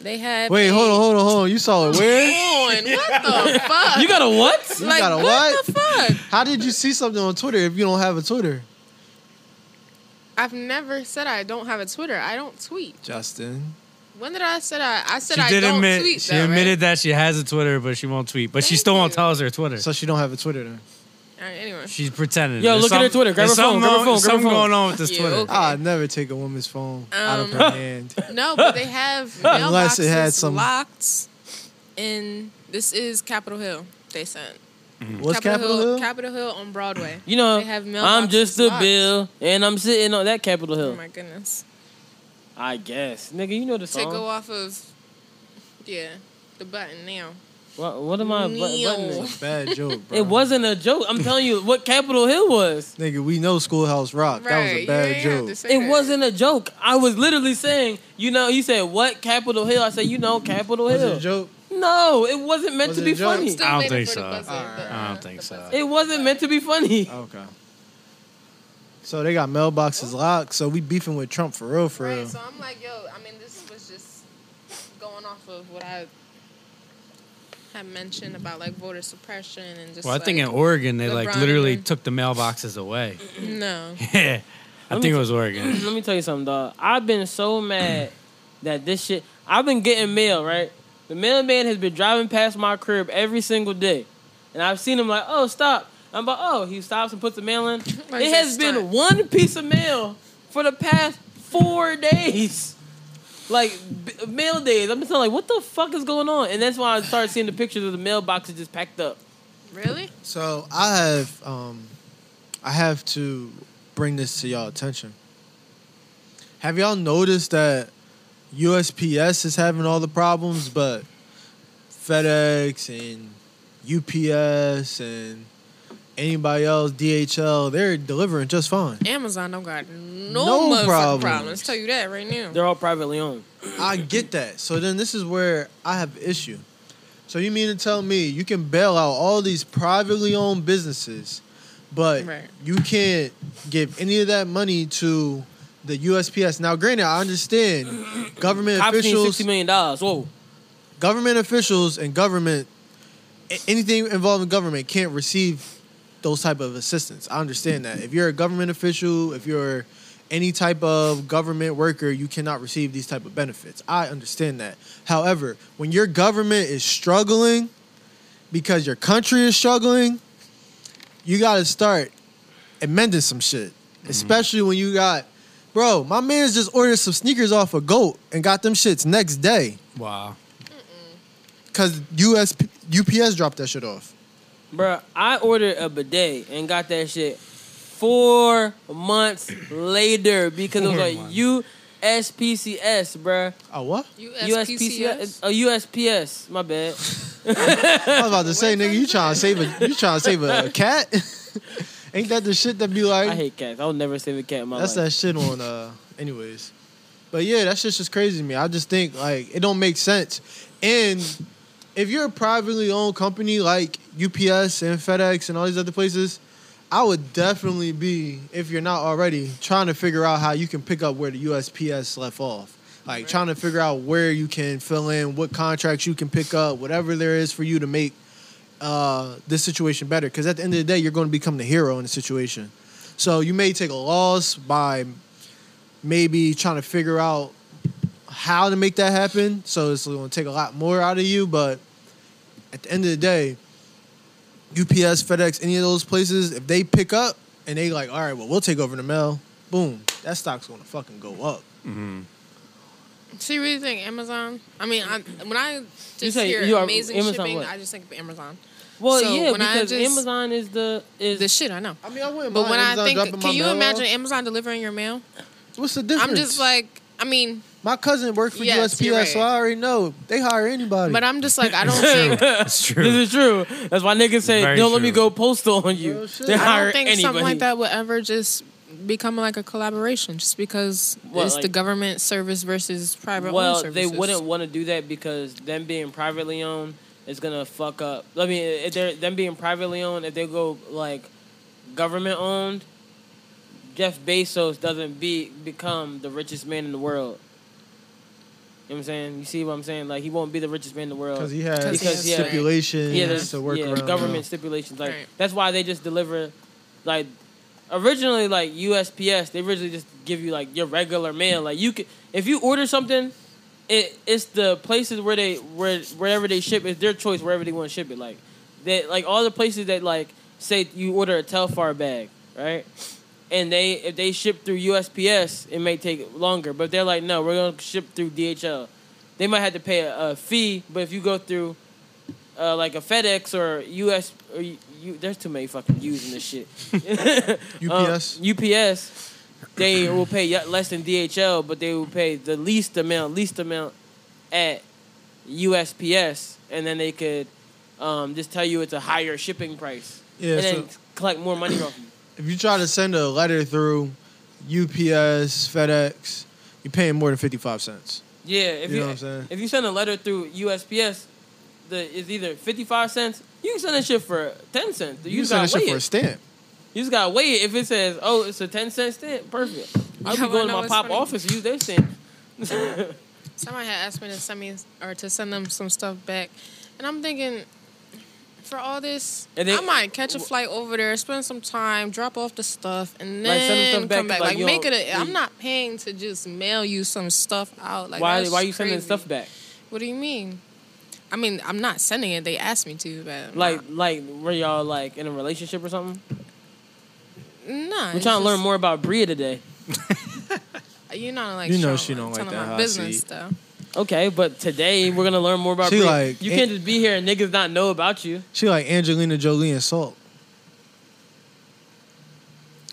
They had
Wait,
a-
hold on, hold on, hold on. You saw it where?
on. What the fuck?
You got a what?
You
like,
got a
what,
what?
the fuck?
How did you see something on Twitter if you don't have a Twitter?
I've never said I don't have a Twitter. I don't tweet.
Justin.
When did I said I? I said
she
I
did
don't
admit
tweet.
she
though,
admitted that she has a Twitter, but she won't tweet. But she still won't tell us her Twitter.
So she don't have a Twitter then.
Right? All right, anyway.
She's pretending.
Yo,
There's
look at her
some-
Twitter. Grab
there's
her phone,
something
grab her
on-
phone, grab her
something
phone.
going on with this
Yeah,
Twitter.
okay.
I'd never take a woman's phone out of her
Um,
hand.
No, but they have
Unless
mailboxes
it had some-
locked. In this is Capitol Hill. They sent
What's Capitol Hill?
Capitol Hill on Broadway.
You know,
they have
I'm
mailboxes
just a
locked.
bill, and I'm sitting on that Capitol
Oh
Hill.
my goodness!
I guess, nigga, you know the
To go
song.
off of, yeah, the button now.
What, what am I? bu-
Kneel.
buttoning?
Bad joke, bro.
It wasn't a joke. I'm telling you what Capitol Hill was.
Nigga, we know Schoolhouse Rock. that was
Right,
a
you
bad
ain't have
joke.
to say
It
that.
wasn't a joke. I was literally saying, you know, you said what Capitol Hill. I said, you know, Capitol
Was it a
Hill.
joke?
No, it wasn't meant
Was
to
it
be
a joke?
funny.
I don't think so. I don't think so.
It wasn't meant to be funny.
Okay. So they got mailboxes locked. So we beefing with Trump for real, for real.
So I'm like, yo, I mean, this was just going off of what I had mentioned about like voter suppression and just.
Well, I think in
like,
Oregon they like
LeBron
literally
and-
took the mailboxes away.
No.
yeah, I
Let
think
me-
it was Oregon.
Let me tell you something, dog. I've been so mad that this shit. I've been getting mail, right? The mailman has been driving past my crib every single day, and I've seen him like, "Oh, stop!" I'm like, "Oh," he stops and puts the mail in.
Where's
it has
that
been one piece of mail for the past four days, like b- mail days. I'm just like, "What the fuck is going on?" And that's why I started seeing the pictures of the mailboxes just packed up.
Really?
So I have, um, I have to bring this to y'all attention. Have y'all noticed that USPS is having all the problems, but FedEx and UPS and anybody else, DHL, they're delivering just fine.
Amazon don't got no,
No
motherfucking
problems.
problems. Tell you that right now.
They're all privately owned.
I get that. So then this is where I have issue. So you mean to tell me you can bail out all these privately owned businesses, but
Right.
you can't give any of that money to the USPS. Now, granted, I understand government
Cops need
officials,
sixty million dollars. Whoa.
government officials, and government a- anything involving government can't receive those type of assistance. I understand that. If you're a government official, if you're any type of government worker, you cannot receive these type of benefits. I understand that. However, when your government is struggling because your country is struggling, you got to start amending some shit. Especially when you got Bro, my man's just ordered some sneakers off of GOAT and got them shits next day.
Wow.
Cause US UPS dropped that shit off.
Bruh, I ordered a bidet and got that shit four months later because
Four
it was like USPCS, bruh.
Oh what?
USPCS? A USPS. My bad.
I was about to say, nigga, you trying to save a you trying to save a, cat? Ain't that the shit that be like?
I hate cats. I'll never save a cat in my
That's
life.
that shit on. uh Anyways, but yeah, that shit's just crazy to me. I just think like it don't make sense. And if you're a privately owned company like UPS and FedEx and all these other places, I would definitely be if you're not already trying to figure out how you can pick up where the USPS left off. Like trying to figure out where you can fill in, what contracts you can pick up, whatever there is for you to make uh, this situation better. Because at the end of the day, you're going to become the hero in the situation. So you may take a loss by maybe trying to figure out how to make that happen. So it's going to take a lot more out of you. But at the end of the day, UPS, FedEx, any of those places, if they pick up and they like, all right, well, we'll take over the mail. Boom, that stock's going to fucking go up.
Mm-hmm.
So you really think Amazon? I mean, I, when I just
say
hear
you are
amazing
Amazon
shipping,
what?
I just think of Amazon.
Well,
So
yeah,
when I
because
just-
Amazon is the is
the shit. I know.
I mean, I wouldn't
But
mind
when
Amazon
I
dropping
think,
my
can you
mail
imagine
off.
Amazon delivering your mail?
What's the difference?
I'm just like, I mean,
my cousin worked for
Yes,
USPS,
you're
so I already know they hire anybody.
but I'm just like, I don't think,
That's true.
This is true. That's why niggas say,
Very
don't let me
true.
go postal on you. They
I
hire
don't think
anybody.
something like that would ever just become like a collaboration, just because
What,
it's the
like-
government service versus private.
well,
owned
they
services.
wouldn't want to do that because them being privately owned is gonna fuck up. I mean, if they're them being privately owned, if they go like government owned, Jeff Bezos doesn't be become the richest man in the world. You know what I'm saying? You see what I'm saying? Like he won't be the richest man in the world
'Cause he has
Because he
stipulations
yeah, there's-
to work
yeah,
around.
government stipulations. Like that's why they just deliver, like originally like USPS. They originally just give you like your regular mail. Like you could if you order something, it it's the places where they where wherever they ship it's their choice wherever they want to ship it. Like that like all the places that like say you order a Telfar bag, right? And they if they ship through USPS, it may take longer. But they're like, no, we're gonna ship through DHL. They might have to pay a, a fee, but if you go through uh, like a FedEx or US or U, U- there's too many fucking U's in this shit.
UPS.
Um, UPS. They will pay y- less than DHL, but they will pay the least amount, least amount at USPS, and then they could um, just tell you it's a higher shipping price,
Yeah,
and then
so-
collect more money off you.
if you try to send a letter through UPS, FedEx, you're paying more than 55 cents.
Yeah, if
You
you,
know what I'm saying?
if you send a letter through USPS, the is either fifty five cents. You can send that shit for ten cents. You,
You
just
send
gotta
that shit
weigh
for
it.
a stamp.
You just gotta weigh it. If it says, "Oh, it's a ten cent stamp," perfect. I'll be
Yeah, well,
going
no,
to my
it's
pop
funny.
office and use their stamp.
Somebody had asked me to send me or to send them some stuff back, and I'm thinking, for all this,
And then-
I might catch a flight over there, spend some time, drop off the stuff, and
Like, send the
then
stuff back,
come back.
like,
Like,
you
make it.
don't-
A, I'm not paying to just mail you some stuff out. Like
why?
that's
Why you sending
crazy.
stuff back?
What do you mean? I mean, I'm not sending it. They asked me to, but
Like, like were y'all like in a relationship or something?
nah.
We're
it's
trying to learn
just-
more about Bria today.
You know, like
You know
show-
she don't like
telling
that
my
hot
business
seat.
though.
Okay, but today we're gonna learn more about.
She
Bria.
like-
you can't just be here and niggas not know about you.
She like Angelina Jolie and Salt.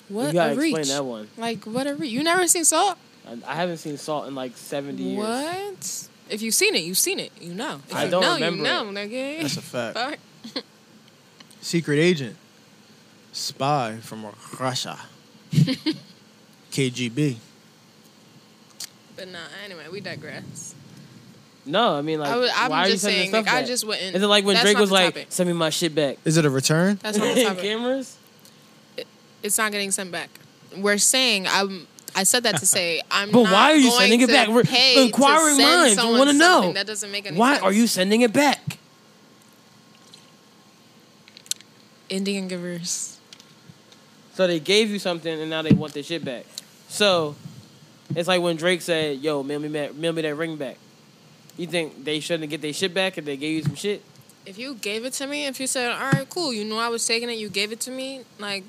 What
You gotta
a reach!
explain that one.
Like what a reach! You never seen Salt?
I- I haven't seen Salt in like seventy years.
What? If you've seen it, you've seen it. You know. If
I
you
don't
know,
remember
you know, nigga.
That's a fact.
Fuck.
Secret agent. Spy from Russia. KGB.
But nah, anyway, we digress.
No, I mean like
I was- I'm
why are you
just
sending
saying,
stuff
like, I
back?
just wouldn't-
Is it like when
that's
Drake
not
was
the
like,
topic.
"Send me my shit back"?
Is it a return?
That's not the topic.
Cameras?
It- it's not getting sent back. We're saying I'm. I said that to say I'm.
But
not
why are you
going
sending it
to
back? We're
pay to
inquiring
send
minds. We
someone
wanna know.
something. That doesn't make any
Why
sense.
are you sending it back?
Indian givers?
So they gave you something and now they want their shit back. So it's like when Drake said, "Yo, mail me, that, mail me that ring back." You think they shouldn't get their shit back if they gave you some shit?
If you gave it to me, if you said, "All right, cool," you know I was taking it. You gave it to me. Like,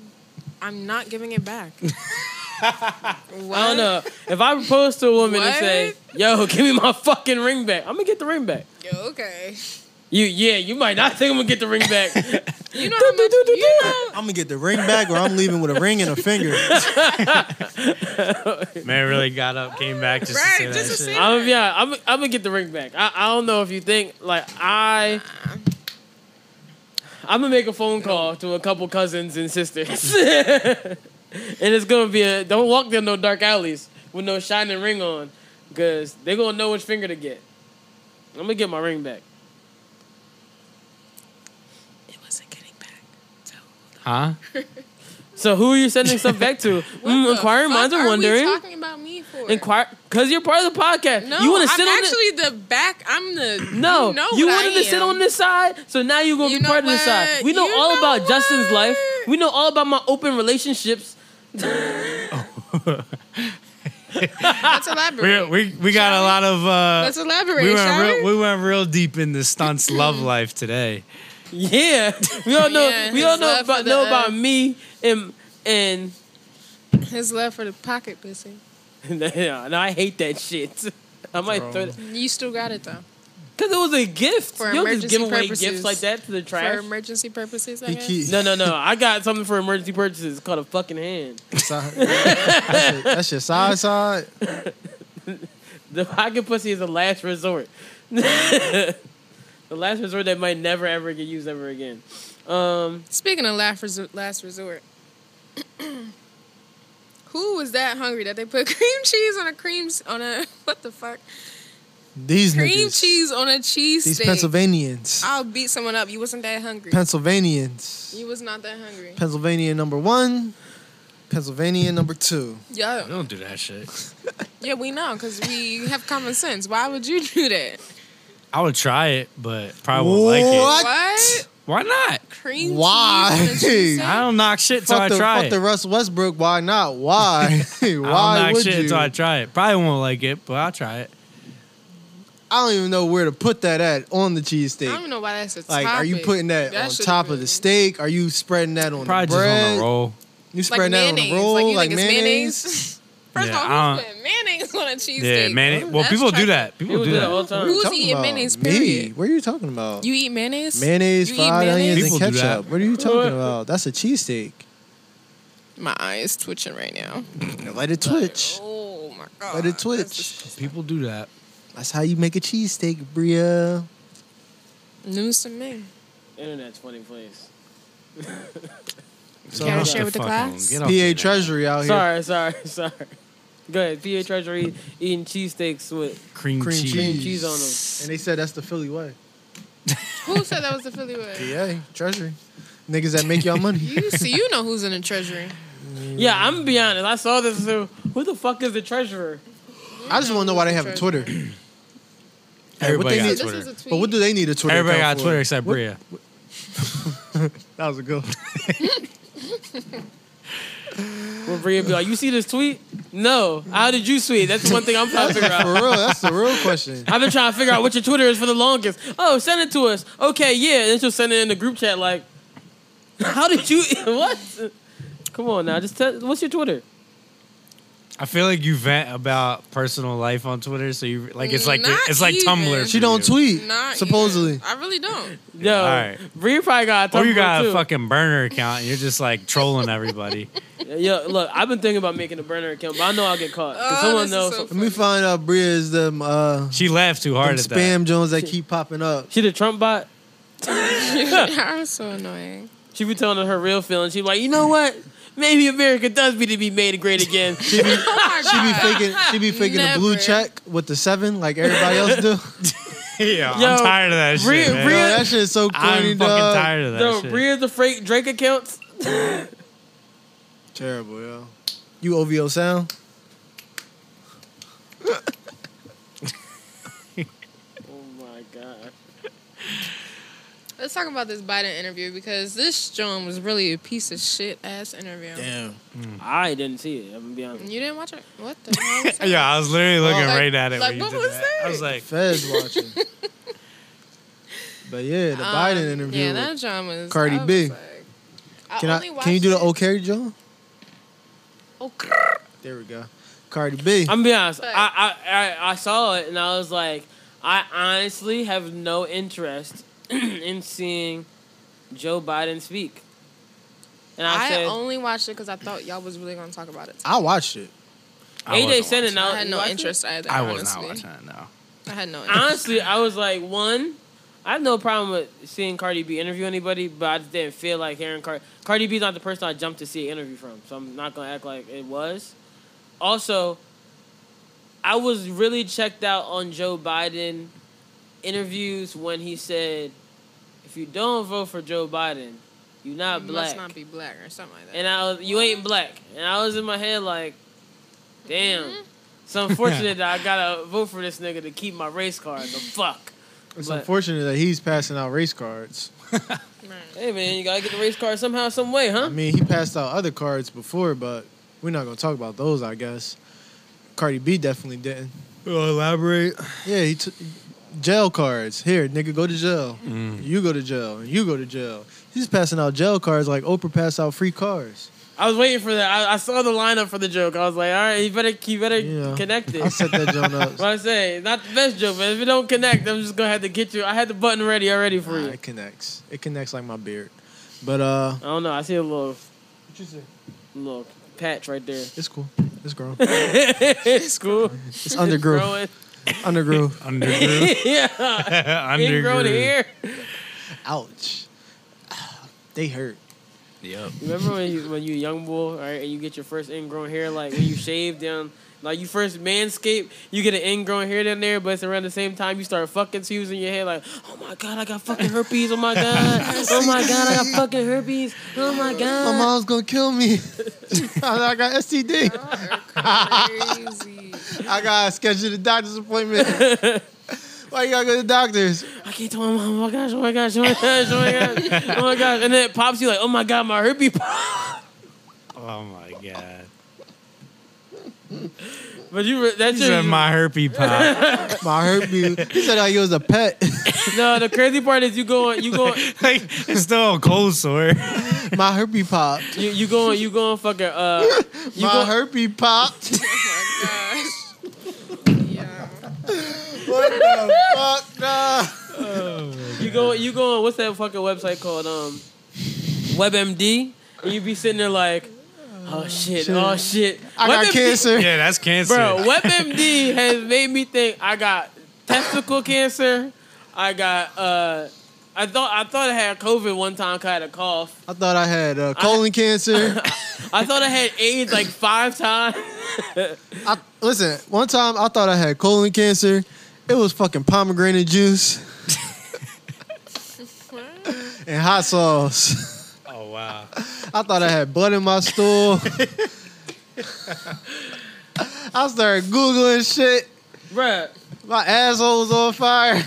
I'm not giving it back.
I don't know. If I propose to a woman and
What?
say, "Yo, give me my fucking ring back," I'm gonna get the ring back.
okay.
You yeah, you might not think I'm gonna get the ring back.
You know how much? You know.
I'm gonna get the ring back or I'm leaving with a ring and a finger.
Man really got up, came back just to say that shit.
I'm, yeah, I'm, I'm gonna get the ring back. I, I don't know if you think like I. I'm gonna make a phone call to a couple cousins and sisters, and it's gonna be a don't walk down no dark alleys with no shining ring on, cause they gonna know which finger to get. I'm gonna get my ring back.
Huh?
So who are you sending stuff back to? mm, inquiring minds are
Are we
wondering.
talking about me for?
Inquire, cause you're part of the podcast.
No,
you want to sit
I'm
on the-
actually the back. I'm the
No,
You, know
you
what
wanted
I
to sit
am.
on this side, so now you're gonna be part of this side. We know
You
all about Justin's life. We know all about my open relationships.
Let's elaborate.
We, we, we got a lot of. Uh,
Let's elaborate,
We
shall
went, real, we went real deep in the stunt's love life today.
Yeah, we all know.
Yeah,
we all
his
know
love for
about
the
know
earth.
about me and and.
His love for the pocket pussy.
no, no, I hate that shit. I might throw it
You still got it though.
because it was a gift.
For
you don't
emergency
just give away
purposes.
gifts like that to the
For
trash.
emergency purposes, I guess.
No, no, no. I got something for emergency purchases called a fucking hand.
that's, your, that's your side side.
The pocket pussy is a last resort. the last resort that might never ever get used ever again. Um,
Speaking of last resort, last resort. Who was that hungry that they put cream cheese on a cream s- on a what the fuck
These
cream
niggas.
cheese on a cheese
These
steak?
Pennsylvanians.
I'll beat someone up. You wasn't that hungry.
Pennsylvanians.
You was not that hungry.
Pennsylvania number one. Pennsylvania number two.
Yeah,
Don't do that shit.
yeah, we know because we have common sense. Why would you do that?
I would try it, but probably won't like it.
What?
Why not?
Cream
Why?
cheese. on a cheese
I don't knock shit till
Fuck
I
the,
try
fuck
it.
the Russ Westbrook. Why not? Why?
I don't
Why
knock
would
shit
you?
until I try it. Probably won't like it, but I'll try it.
I don't even know where to put that at on the
I
cheesesteak.
don't know why that's a
Like,
topic.
are you putting that, on
should
top of the steak? Are you spreading that on
Probably
the
just
bread?
on the roll.
You
Like
spreading that
mayonnaise.
on the roll
Like, you
like,
think it's
mayonnaise?
First
Yeah,
of
I
all,
don't-
who's putting mayonnaise on a cheesesteak?
Yeah, mayonnaise. Well, people do that. People,
People
do
do
that.
that all the time.
What are you
Who's
talking
eating
about?
mayonnaise,
Me?
period?
What are you talking about?
You eat mayonnaise?
mayonnaise,
you eat
fried onions, and
mayonnaise?
People do
ketchup.
that.
What are you talking about? That's a cheesesteak.
My eye is twitching right now.
Let it twitch.
Oh my god.
Let it twitch.
People do that.
That's how you make a cheesesteak, Bria.
News to me.
Internet's a funny place.
So,
Care to
uh,
share with the
fuck
class?
on. Get off the
PA
internet.
Treasury
Oh,
out here.
Sorry, sorry, sorry. Go ahead. PA Treasury eating cheesesteaks with
Cream,
cream
cheese.
cheese.
cheese on them.
And they said that's the Philly way.
Who said that was the Philly word?
Yeah, Treasury. Niggas that make y'all money.
You see, you know who's in the treasury.
Yeah, I'm gonna be honest. I saw this. So who the fuck is the treasurer?
I just want to know why they have a Twitter. Like, what
Everybody
they
got
need-
Twitter. This is
But what do they need a Twitter?
Everybody
account
got
for?
Twitter except
What-
Bria.
that was a good one.
Where Bria be like, you see this tweet? No. How did you tweet? That's the one thing I'm trying to figure out.
For real, that's the real question.
I've been trying to figure out what your Twitter is for the longest. Oh, send it to us. Okay, yeah. And then she'll send it in the group chat like, how did you, what? Come on now. Just tell, what's your Twitter?
I feel like you vent about personal life on Twitter, so you like it's like
Not
it's like Tumblr.
even.
for
She don't
you.
tweet.
Not
supposedly.
I really don't.
Yo,
All right.
Bria probably got a
Or you
Tumblr,
got
too.
a fucking burner account and you're just like trolling everybody.
Yo, look, I've been thinking about making a burner account, but I know I'll get caught. 'Cause
Oh,
someone knows.
Let me find out Bria is them. Uh,
she laughed too
hard
at that.
spam Jones that keep popping up.
She the Trump bot.
I'm so annoying.
She be telling her real feelings. She be like, you know what? Maybe America does need to be made great again.
she be, she be faking. She be faking a blue check with the seven, like everybody else do.
yeah, I'm tired of that shit.
Bria,
man.
Bria, that shit is so corny,
I'm fucking
dog.
tired of that
Yo,
shit.
Bria the fake Drake accounts.
Terrible, yo. You OVO sound?
Oh my god.
Let's talk about this Biden interview because this John was really a piece of shit ass interview.
Damn. I didn't see it. I'm gonna be honest.
You didn't watch it? What the hell? was that?
yeah, I was literally looking
Like-
right at it.
like,
when you
what
did
was
I was
that?
like,
Fez watching. But yeah, the
Um,
Biden interview.
Yeah, that John was.
Cardi
I
B.
was like- I
can can
only
you
watched
do the
it-
okay, John?
Okay.
There we go. Cardi B.
I'm be honest. I, I I I saw it and I was like, I honestly have no interest in seeing Joe Biden speak. And I,
I,
said,
only watched it because I thought y'all was really gonna talk about it.
I watched it.
AJ sent it. Now
I had no interest either.
I was
honestly.
not watching it now.
I had no interest.
Honestly, I was like, one, I have no problem with seeing Cardi B interview anybody, but I just didn't feel like hearing Cardi. Cardi B's not the person I jumped to see an interview from, so I'm not gonna act like it was. Also, I was really checked out on Joe Biden interviews when he said, "If you don't vote for Joe Biden, you're not
You
black."
Must not be black or something like that.
and I was, you ain't black. And I was in my head like, damn, it's unfortunate that I gotta vote for this nigga to keep my race card. The fuck.
It's
But-
unfortunate that he's passing out race cards.
Hey man, you gotta get the race card somehow, some way, huh?
I mean, he passed out other cards before, but we're not gonna talk about those, I guess. Cardi B definitely didn't.
elaborate.
Yeah, he took jail cards. Here, nigga, go to jail.
Mm.
You go to jail. and You go to jail. He's passing out jail cards like Oprah passed out free cars.
I was waiting for that. I, I saw the lineup for the joke. I was like, all right, you better, you better connect it. I
set that joke up.
What I say, not the best joke, but if it don't connect, I'm just gonna have to get you. I had the button ready already for you.
It connects. It connects like my beard. But uh,
I don't know. I see a little,
what you say?
little patch right there.
It's cool. It's grown.
it's cool.
It's undergrowth.
growing.
Undergrowth.
Undergrowth.
yeah. Ingrown
Undergrowth.
hair.
Ouch. They hurt.
Yep.
Remember when you when you a young boy, all right, and you get your first ingrown hair, like when you shave down, like you first manscape, you get an ingrown hair down there, but it's around the same time you start fucking using your hair, like, oh my god, I got fucking herpes, oh my god, oh my god, I got fucking herpes, oh my
My
god.
mom's gonna kill me. I got STD. I gotta schedule the doctor's appointment. Why you gotta go to the doctors?
I can't tell my mom. Oh my gosh! Oh my gosh! Oh my gosh! Oh my gosh! Oh my gosh! And then it pops you like, oh my god, my herpes.
Oh my god.
But you re- that's
He said my herpes pop.
My herpes. He said I was a pet.
no. The crazy part is you go on you go on,
like it's still a cold sore.
My herpes popped.
you you go on, you go on fucking uh you
My
go
herpes popped.
Oh
what the fuck, nah?
You go, you go on. What's that fucking website called? Um, WebMD, and you be sitting there like, oh shit, oh shit.
I got
WebMD
cancer.
yeah, that's cancer.
Bro, WebMD has made me think I got testicle cancer. I got uh, I thought I thought I had COVID one time. 'cause I had a cough.
I thought I had uh, colon cancer.
I thought I had AIDS like five times.
I, listen, one time I thought I had colon cancer. It was fucking pomegranate juice. and hot sauce.
Oh wow!
I thought I had blood in my stool. I started googling shit.
Bruh.
My asshole's on fire.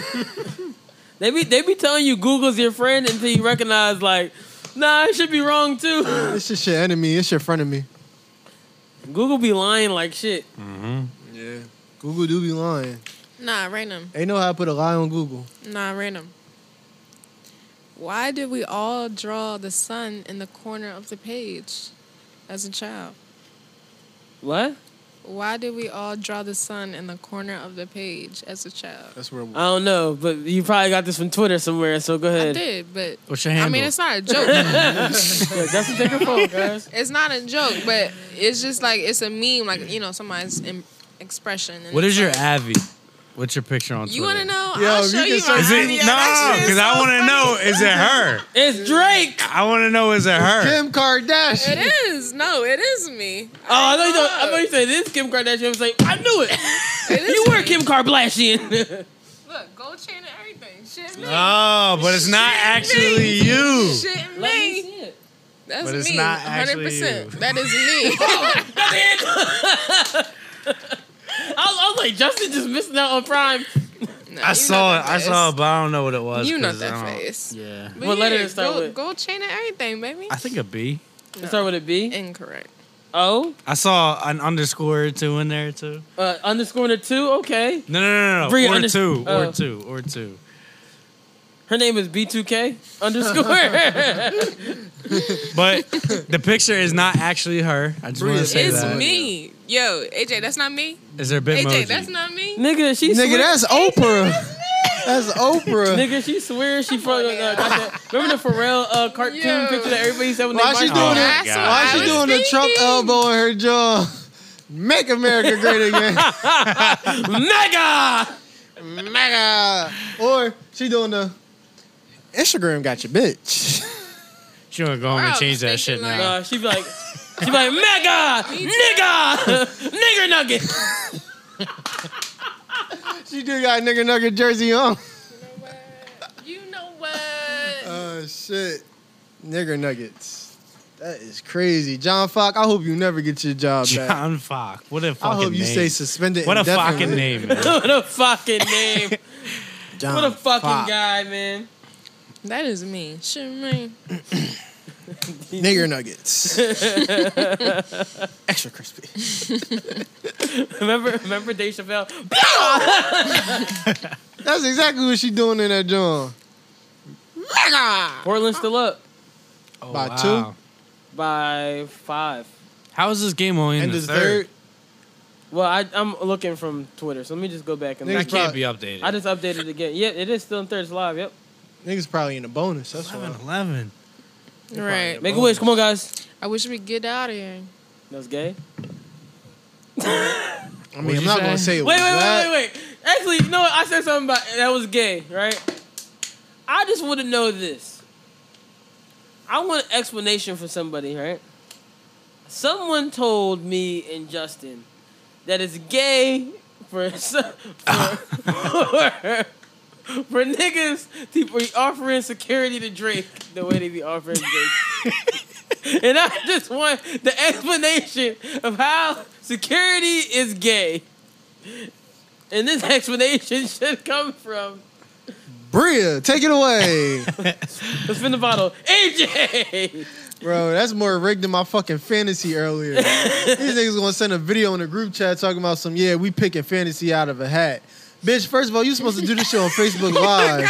they be they be telling you Google's your friend until you recognize like, nah, it should be wrong too.
It's just your enemy. It's your friend of me.
Google be lying like shit.
Mm-hmm. Yeah. Google do be lying.
Nah, random.
Ain't know how to put a lie on Google.
Nah, random. Why did we all draw the sun in the corner of the page as a child?
What?
Why did we all draw the sun in the corner of the page as a child?
That's where
I don't know, but you probably got this from Twitter somewhere, so go ahead.
I did, but
What's your
I mean,
handle?
it's not a joke.
Yeah, that's a different phone, guys.
It's not a joke, but it's just like it's a meme, like you know, somebody's Im- expression. And
What
it's
is your
like,
Avi? What's your picture on Twitter?
You want to know?
Yo,
I'll
you
show
can
you.
search-
my
Is it-
Avi.
No,
That shit is
because I
so
want to
funny.
know is it her?
It's Drake.
I want to know is it her?
Kim Kardashian.
It is. No, it is me.
Oh, I know you. Don't, I know you said this Kim Kardashian. I was like, I knew it. you were Kim Kardashian.
Look, gold chain and everything. Shit, me.
Oh, but it's not actually you.
Shit,
Let me
me.
see it.
That's
But it's
me.
not
100%.
actually you.
That is me.
I was, I was like, Justin just missing out on Prime.
I saw it. I saw it, but I don't know what it was.
You not
'cause
that
I don't-
face.
Yeah.
But
What letter
yeah,
to start
gold,
with?
Gold chain and everything, baby.
I think a B.
Let's start with a B.
Incorrect.
O
I saw an underscore or two in there too.
Oh, uh, underscore the two. Okay.
No, no, no, no.
Bria
or
under-
two,
oh.
or two, or two.
Her name is B2K underscore.
But the picture is not actually her. I just want to say
It's
that.
me. Yo, AJ, that's not me.
Is there a
AJ,
bitmoji?
that's not me.
Nigga, she
Nigga,
swear-
that's Oprah. That's Oprah.
Nigga, she swears she fucking. Uh, got that- remember the Pharrell uh, cartoon
Yo.
picture that everybody said when
Why
they
she
marched?
doing
Oh,
it?
my God.
Why she
I was
doing the Trump
thinking.
elbow in her jaw? Make America great again.
Mega.
Mega. Or she doing the Instagram got your bitch.
She want to go home
Bro, I
and
was
change that shit
thinking,
now.
Uh, she be like, she be like, mega, nigga, nigger nugget.
She do got a nigga nugget jersey on.
You know what?
Oh shit. Nigger nuggets. That is crazy. John Fock, I hope you never get your job back.
John Fock. What a fucking
I hope you
name.
stay suspended.
what a
indefinitely.
fucking name, man.
what a fucking name.
John
What a fucking
Foxx.
guy, man.
That is me. Shit, me.
Nigger nuggets. Extra crispy.
Remember, remember Dave Chappelle?
That's exactly what she doing in that joint.
Portland still up
Oh,
By
wow.
by five.
How is this game only in
And
the
his
third?
third.
Well, I, I'm looking from Twitter, so let me just go back and
That
Niggas
look.
probably-
can't be updated.
I just updated it again. Yeah, it is still in third. It's live. Yep.
Niggas probably in the bonus. That's why.
11, 11.
Right.
Make a wish. Come on, guys.
I wish we get out of here.
That's gay.
I
What'd
mean, I'm
you
not
say?
gonna say it
Wait,
was
wait,
that.
wait, wait, wait. Actually, you know what? I said something about that was gay, right? I just want to know this. I want an explanation for somebody, right? Someone told me and Justin that it's gay for for, for, for niggas to be offering security to Drake the way they be offering Drake. and I just want the explanation of how security is gay. And this explanation should come from
Bria, take it away.
Let's spin the bottle. AJ!
Bro, that's more rigged than my fucking fantasy earlier. These niggas gonna send a video in the group chat talking about some, yeah, we picking fantasy out of a hat. Bitch, first of all, you supposed to do this shit on Facebook Live.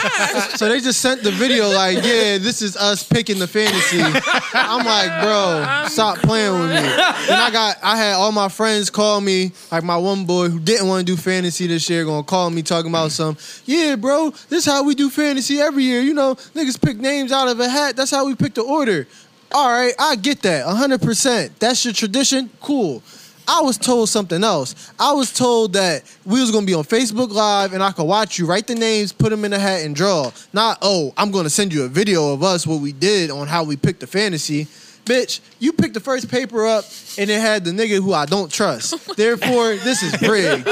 so they just sent the video like, yeah, this is us picking the fantasy. I'm like, bro, stop playing with me. Then I got, I had all my friends call me, like my one boy who didn't want to do fantasy this year, gonna call me talking about some, yeah, bro, this how we do fantasy every year. You know, niggas pick names out of a hat. That's how we pick the order. All right, I get that. 100%. That's your tradition. Cool. I was told something else. I was told that we was going to be on Facebook Live and I could watch you write the names, put them in a hat and draw. Not, "Oh, I'm going to send you a video of us what we did on how we picked the fantasy." bitch, you picked the first paper up and it had the nigga who I don't trust. Therefore, this is brig.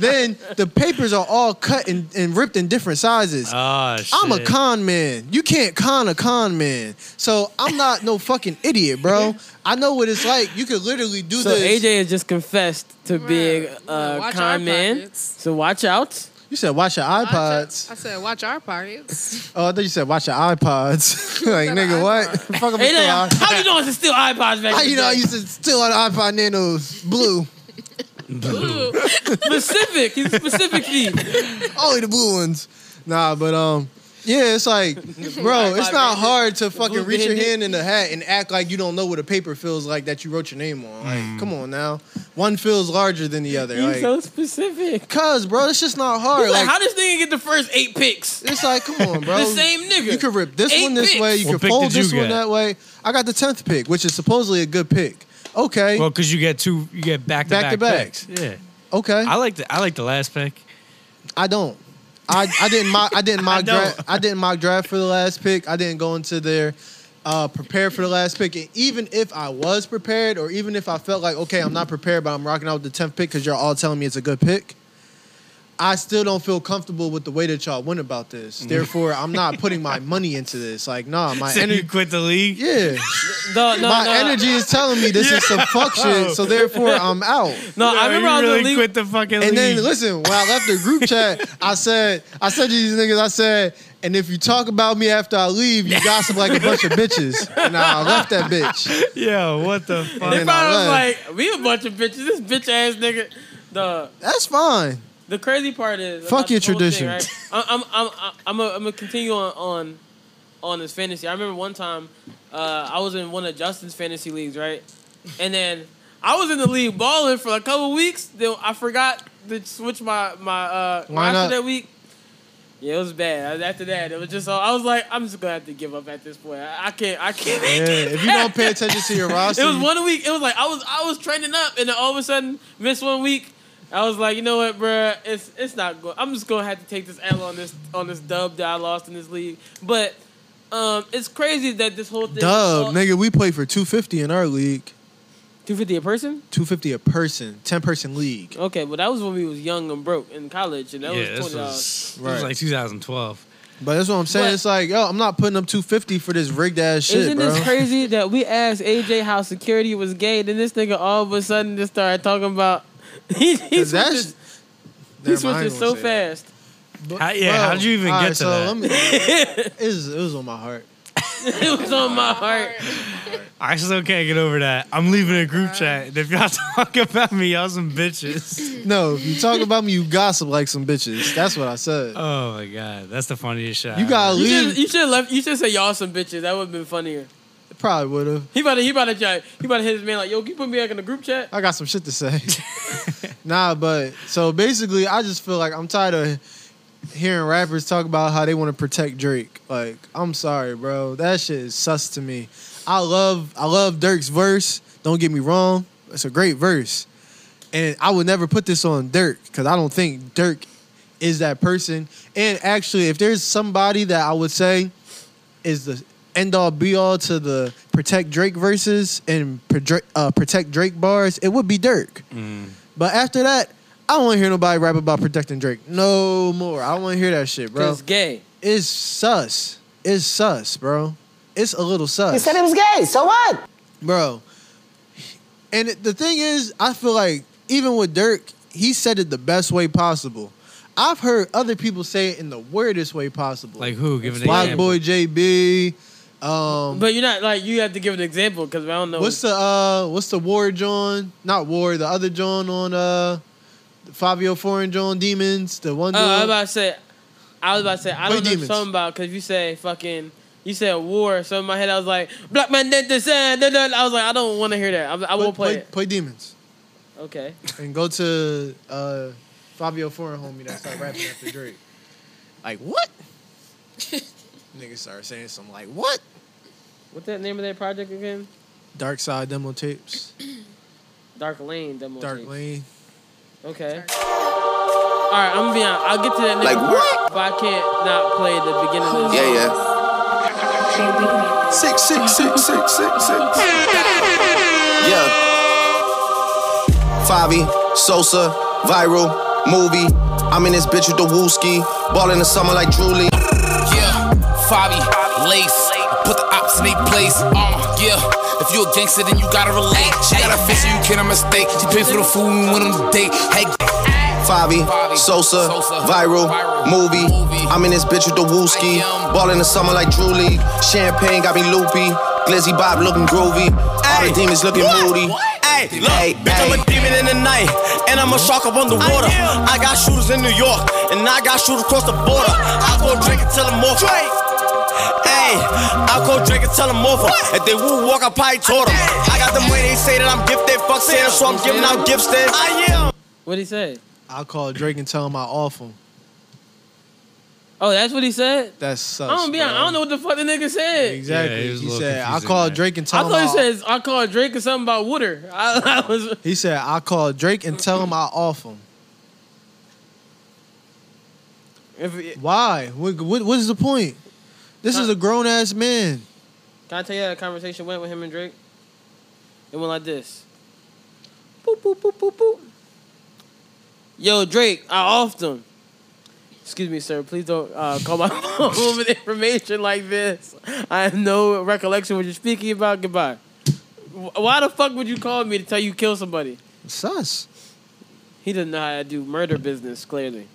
then the papers are all cut and, and ripped in different sizes.
Ah,
I'm a
shit.
con man. You can't con a con man. So I'm not no fucking idiot, bro. I know what it's like. You could literally do
so
this.
AJ has just confessed to being a
Watch our
con man. So watch out.
You said watch your iPods.
I said, watch our pockets.
Oh, I thought you said watch your iPods. like nigga, what? Fuck up
Hey,
with your
nigga, how you doing to steal iPods back?
How you know I
in the
used to steal on iPod Nanos blue?
day? specific. He's specific thief.
Only the blue ones. Nah, but um, yeah, it's like, bro, it's not hard to fucking reach your hand in the hat and act like you don't know what a paper feels like that you wrote your name on. Like, come on now, one feels larger than the other.
Hmm. You
like,
so specific.
Cause, bro, it's just not
He's
hard.
like,
Like,
how this nigga get the first eight picks?
It's like, come on, bro.
the same nigga.
you can rip this
Eight
one this
picks.
way, you
What
can
pick
fold
did you
this one
get?
that way. I got the tenth pick, which is supposedly a good pick. Okay,
Well, because you get two, you get back to back
Back-to-backs.
picks. Yeah.
okay.
I like the I like the last pick.
I don't. I, I didn't mock I didn't mock
don't.
draft I didn't mock draft for the last pick. I didn't go into there uh, prepared for the last pick. And even if I was prepared, or even if I felt like okay, I'm not prepared, but I'm rocking out with the tenth pick because you're all telling me it's a good pick. I still don't feel comfortable with the way that y'all went about this. Therefore, I'm not putting my money into this. Like, nah, my
so
energy.
you quit the league.
Yeah,
No, no,
my
no.
energy is telling me this is some fuck shit. So therefore, I'm out.
No, I
Yo,
remember
you
I was in the
really
league-
quit the fucking
And
league.
then listen, when I left the group chat, I said, I said to these niggas, I said, and if you talk about me after I leave, you gossip like a bunch of bitches. And I left that bitch.
Yo, what the fuck?
They
And I
probably was
left.
like, we a bunch of bitches. This bitch ass nigga. The
That's fine.
the crazy part is about
Fuck your
this whole thing,
tradition.
right? I'm I'm I'm I'm a, I'm gonna continue on on on this fantasy. I remember one time uh, I was in one of Justin's fantasy leagues, right? And then I was in the league balling for a couple weeks. Then I forgot to switch my my uh,
Lineup.
roster that week. Yeah, it was bad. After that, it was just all, I was like, I'm just gonna have to give up at this point. I, I can't, I can't.
Yeah, if you don't pay attention to your roster,
It was
you-
one week. It was like I was I was training up, and then all of a sudden, missed one week. I was like, you know what, bruh, it's it's not good. I'm just gonna have to take this L on this on this dub that I lost in this league. But um, it's crazy that this whole thing.
dub, nigga, we play for 250 in our league.
250 a person?
250 a person, 10 person league.
Okay, but that was when we was young and broke in college, and that
yeah,
was
this
twenty
was,
dollars.
this was like 2012.
But that's what I'm saying.
But-
it's like, yo, I'm not putting up 250 for this rigged ass shit,
Isn't
bro.
this crazy that we asked AJ how security was gay, then this nigga all of a sudden just started talking about he, he
'Cause that's-
switches, he
Never mind, I
switches
won't
so
say that.
fast.
How, yeah,
Bro,
how did you even
all
get
right,
to
so
that?
let me- it, was, it was on my heart.
it was on my heart.
I still can't get over that. I'm leaving a group chat, and if y'all talk about me, y'all some bitches.
No, if you talk about me, you gossip like some bitches. That's what I said.
Oh my god, that's the funniest shot.
You gotta
You
leave.
should, you should left. You should say y'all some bitches. That would have been funnier.
Probably would have.
He about to he about to try, he about to hit his man like yo. Can you put me back in the group chat?
I got some shit to say. nah, but so basically, I just feel like I'm tired of hearing rappers talk about how they want to protect Drake. Like, I'm sorry, bro. That shit is sus to me. I love I love Dirk's verse. Don't get me wrong. It's a great verse. And I would never put this on Dirk because I don't think Dirk is that person. And actually, if there's somebody that I would say is the end all be all to the protect Drake verses and pro- Dra- uh, protect Drake bars, it would be Dirk. But after that, I don't want to hear nobody rap about protecting Drake no more. I don't want to hear that shit, bro.
Cause gay.
It's sus. It's sus, bro. It's a little sus. You said
it was gay. So what?
Bro. And it- the thing is, I feel like even with Dirk, he said it the best way possible. I've heard other people say it in the weirdest way possible.
Like who? Give an
Black
example.
Boy JB. Um,
But you're not like you have to give an example because I don't know.
What's the uh what's the war John? Not war, the other John on uh Fabio Foreign John Demons, the one
Oh, I was
dude.
about to say. I was about to say I
Play
don't know
demons.
something about because you say fucking. You said war, so in my head I was like, "Black man did this." eh, da, da, da." I was like, I don't want to hear that. I, I
play,
won't play, it.
play Demons.
Okay.
And go to uh Fabio Foreign homie that started rapping after Drake. Like what? Niggas started saying something like what?
What's that name of that project again?
Dark side demo tapes.
Dark Lane. Demo
Dark
tape.
Lane.
Okay. All right, I'm gonna be honest. I'll get to that next
Like,
part, but I can't not play the beginning of this.
Yeah, yeah. Six, six, six, six, six, six. Yeah. Favi, Sosa, viral, movie. I'm in this bitch with the Wooski. Ball in the summer like Julie.
Yeah, Fabi, lace. Put the ops in they place. Uh, yeah. If you a gangster, then you gotta relate. She got a face, so you can't mistake. She pays for the food when we went on the date. Hey,
Favi, Sosa, viral, movie. I'm in this bitch with the Wooski. Ball in the summer like Julie. Champagne got me loopy. Glizzy Bob looking groovy. All the demons looking moody.
Hey, look, bitch, I'm a demon in the night, and I'm a shark up on the water. I got shooters in New York, and I got shooters across the border. I go drink it till I'm off. Hey, I go drink it till I'm off. If they woo walk, I probably taught 'em. I got them way they say that I'm gifted, fuck saying so I'm giving out gifts then. I am.
What'd he say?
I call Drake and tell him I off him.
Oh, that's what he said.
That
I
sucks.
don't be. I don't know what the fuck the nigga said.
Exactly. he said I called Drake and
I
tell him
thought he
I-
says I called Drake or something about water. I, I was.
He said, I called Drake and tell him I off him. Why? What, what, what is the point? This is a grown ass man.
Can I tell you how the conversation went with him and Drake? It went like this. Boop, boop, boop, boop, boop. Yo, Drake, I offed him. Excuse me, sir. Please don't uh, call my phone with information like this. I have no recollection what you're speaking about. Goodbye. Wh- Why the fuck would you call me to tell you kill somebody?
Sus.
He doesn't know how to do murder business, clearly.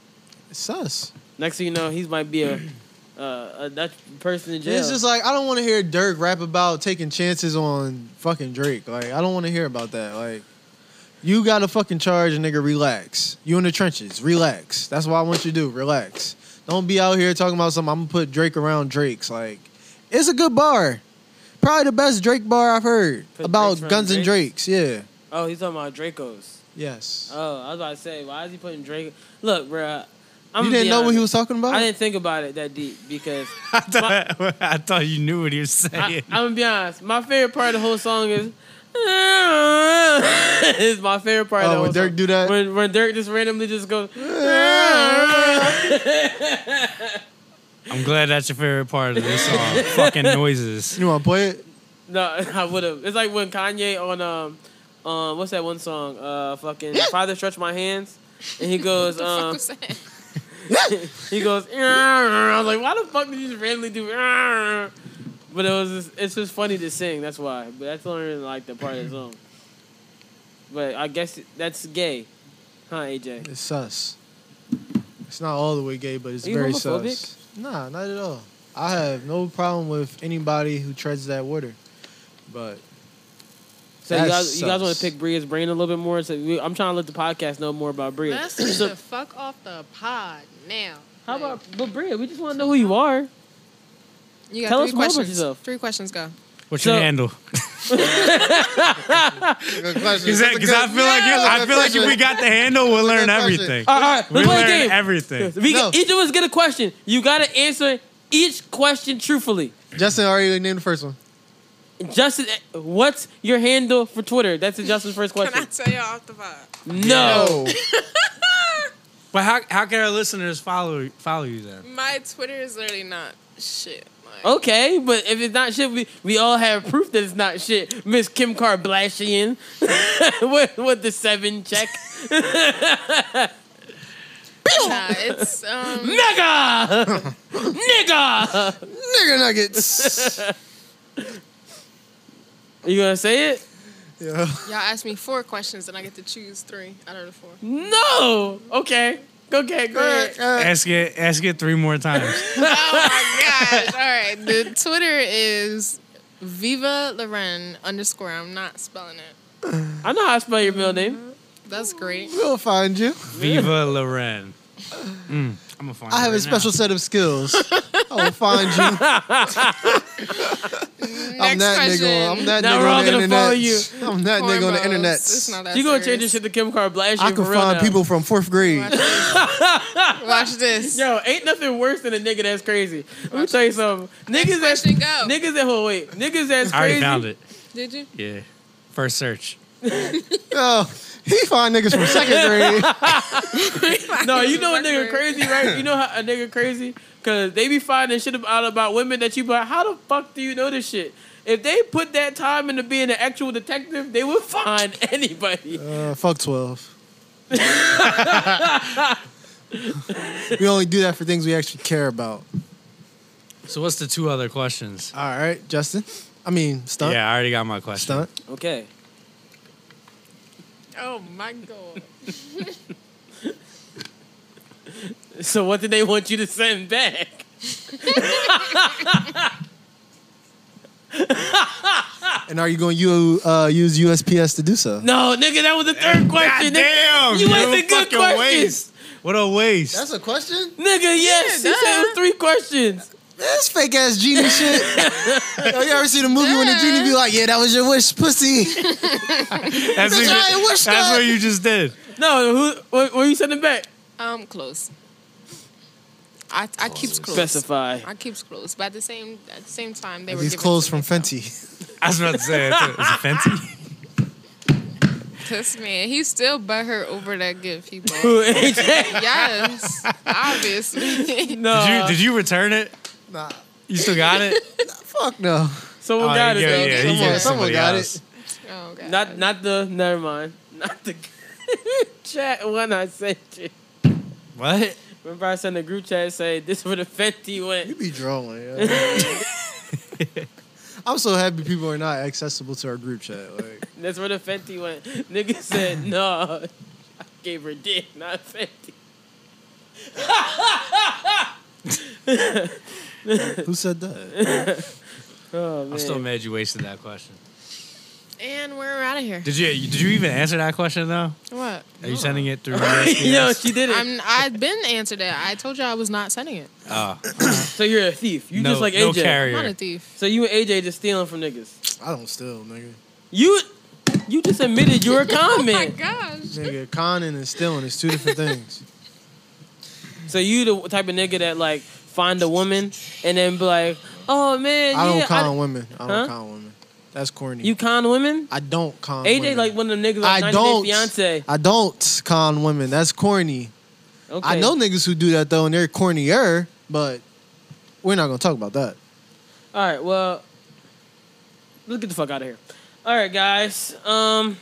Sus.
Next thing you know, he might be a, uh, a Dutch person in jail.
It's just like I don't want to hear Dirk rap about taking chances on fucking Drake. Like I don't want to hear about that. Like you got to fucking charge, nigga. Relax. You in the trenches. Relax. That's what I want you to do. Relax. Don't be out here talking about something. I'm gonna put Drake around Drake's. Like it's a good bar. Probably the best Drake bar I've heard
Put
about
Drake's around
Guns and
Drake's?
Drakes. Yeah.
Oh, he's talking about Dracos.
Yes.
Oh, I was about to say, why is he putting Drake? Look, bro. I'm
you didn't know what he was talking about.
I didn't think about it that deep because
I thought you knew what he was
I,
saying.
I'm gonna be honest. My favorite part of the whole song is is my favorite part. of
Oh,
the whole
when Dirk
song.
do that?
when when Dirk just randomly just goes.
I'm glad that's your favorite part of this song. Fucking noises.
You want to play it?
No, I would have. It's like when Kanye on um um what's that one song? Uh fucking Father Stretch My Hands. And he goes, um he goes, "Arr." I was like, why the fuck did you just randomly do "Arr"? But it was just, it's just funny to sing, that's why. But that's the only reason I like the part of the song. But I guess that's gay. Huh, AJ?
It's sus. It's not all the way gay, but it's
Are you
very
homophobic?
sus. Nah, not at all. I have no problem with anybody who treads that water. But
So you
That
guys, you guys
sucks.
want to pick Bria's brain a little bit more? So we, I'm trying to let the podcast know more about Bria.
Let's get the fuck off the pod now.
How about, but Bria, we just want to know who you are.
You got
Tell
three
us more about
questions.
yourself.
Three questions go.
What's your handle? Because I feel like you, I feel like if we got the handle, we'll learn everything.
All right, all right.
we
Let's play
learn
a game.
everything.
We get- each of us get a question. You gotta answer each question truthfully.
Justin already named the first one.
Justin, eh, what's your handle for Twitter? That's Justin's first question.
Tell y'all off the pod.
No.
But how how can our listeners follow follow you then?
My Twitter is literally not shit.
Oh.
Okay, but if it's not shit, we, we all have proof that it's not shit. Miss Kim Kardashian with, with the seven check.
nah, it's um.
Nigga! Nigga!
Nigga nuggets.
you gonna say it?
Yeah.
Y'all ask me four questions and I get to choose three out of the four.
No. Okay. Okay. Go ahead.
Ask it ask it three more times.
Oh All right. The Twitter is Viva Loren underscore. I'm not spelling it.
I know how to spell your middle name.
That's great.
We'll find you.
Viva Loren. Mm, I'm gonna find.
I have
it
a
right
special
now.
set of skills. I will find you. I'm that nigga. on- I'm that
Now
nigga
we're all
on the
gonna follow
internet.
you.
I'm that nigga on the
It's
internet.
not that
You gonna change
serious.
this shit to Kim Kardashian?
I can
for real
find
now.
people from fourth grade.
Watch this.
Yo, ain't nothing worse than a nigga that's crazy. Let me tell you something. Niggas that's niggas that hold wait. Niggas that's
I already
crazy.
found it.
Did you?
Yeah, first search.
Yo, Oh, he find niggas from second grade.
no, you know a nigga crazy, right? You know how a nigga crazy? Cause they be finding shit out about women that you be like, how the fuck do you know this shit? If they put that time into being an actual detective, they would find anybody.
Uh, fuck twelve. we only do that for things we actually care about.
So what's the two other questions?
All right, Justin. I mean, stunt.
Yeah, I already got my question.
Stunt.
Okay.
Oh my god.
So what did they want you to send back?
And are you going to uh, use USPS to do so?
No, nigga, that was the third question. damn, you wasted good questions.
What a waste.
That's a question?
Nigga, yes. he said it was three questions.
That's fake ass genie shit. Yo, you ever seen a movie when the genie be like, yeah, that was your wish, pussy?
That's,
Bitch,
what,
I ain't
that's
wish that.
what you just did.
No, who? What, what you sending back?
Um, close. I I keeps close.
Specify.
I keeps close, but at the same at the same time they were
These
giving
clothes from Fenty.
I was about to say, it's a, it's a Fenty.
This man, he still butthurt over that gift he bought.
Who, AJ?
yes, obviously.
Did
Uh,
you did you return it?
Nah.
You still got it?
Fuck no.
uh, Someone got it.
Oh, Yeah,
though.
yeah, he gave it to somebody else.
Oh god.
Not not the. Never mind. Not the chat when I sent you.
What?
Remember I sent a group chat say this where the Fenty went. You
be drawing. Yeah. I'm so happy people are not accessible to our group chat. Like,
That's where the Fenty went. Nigga said, no, I gave her dick, not Fenty.
who said that?
oh, man.
I'm still mad you wasted that question.
And we're out of here.
Did you did you even answer that question though?
What?
Are you sending it through?
No, she did it.
I'm, I've been answered that. I told you I was not sending it.
Oh.
so you're a thief. You
No-
just like
no
AJ.
carrier.
I'm not a thief.
So you and AJ just stealing from niggas.
I don't steal, nigga.
You you just admitted
Oh
you're a con man.
gosh.
Nigga, conning and stealing is two different things.
So you the type of nigga that like find a woman and then be like, oh man,
I don't
yeah,
con women. I don't
Huh?
con women. That's corny.
You con women?
I don't con
AJ
women.
like one of them niggas like 90 Day
I don't.
Fiance.
I don't con women. That's corny.
Okay.
I know niggas who do that though, and they're cornier. But we're not gonna talk about that.
All right, well, let's get the fuck out of here. All right, guys. Um,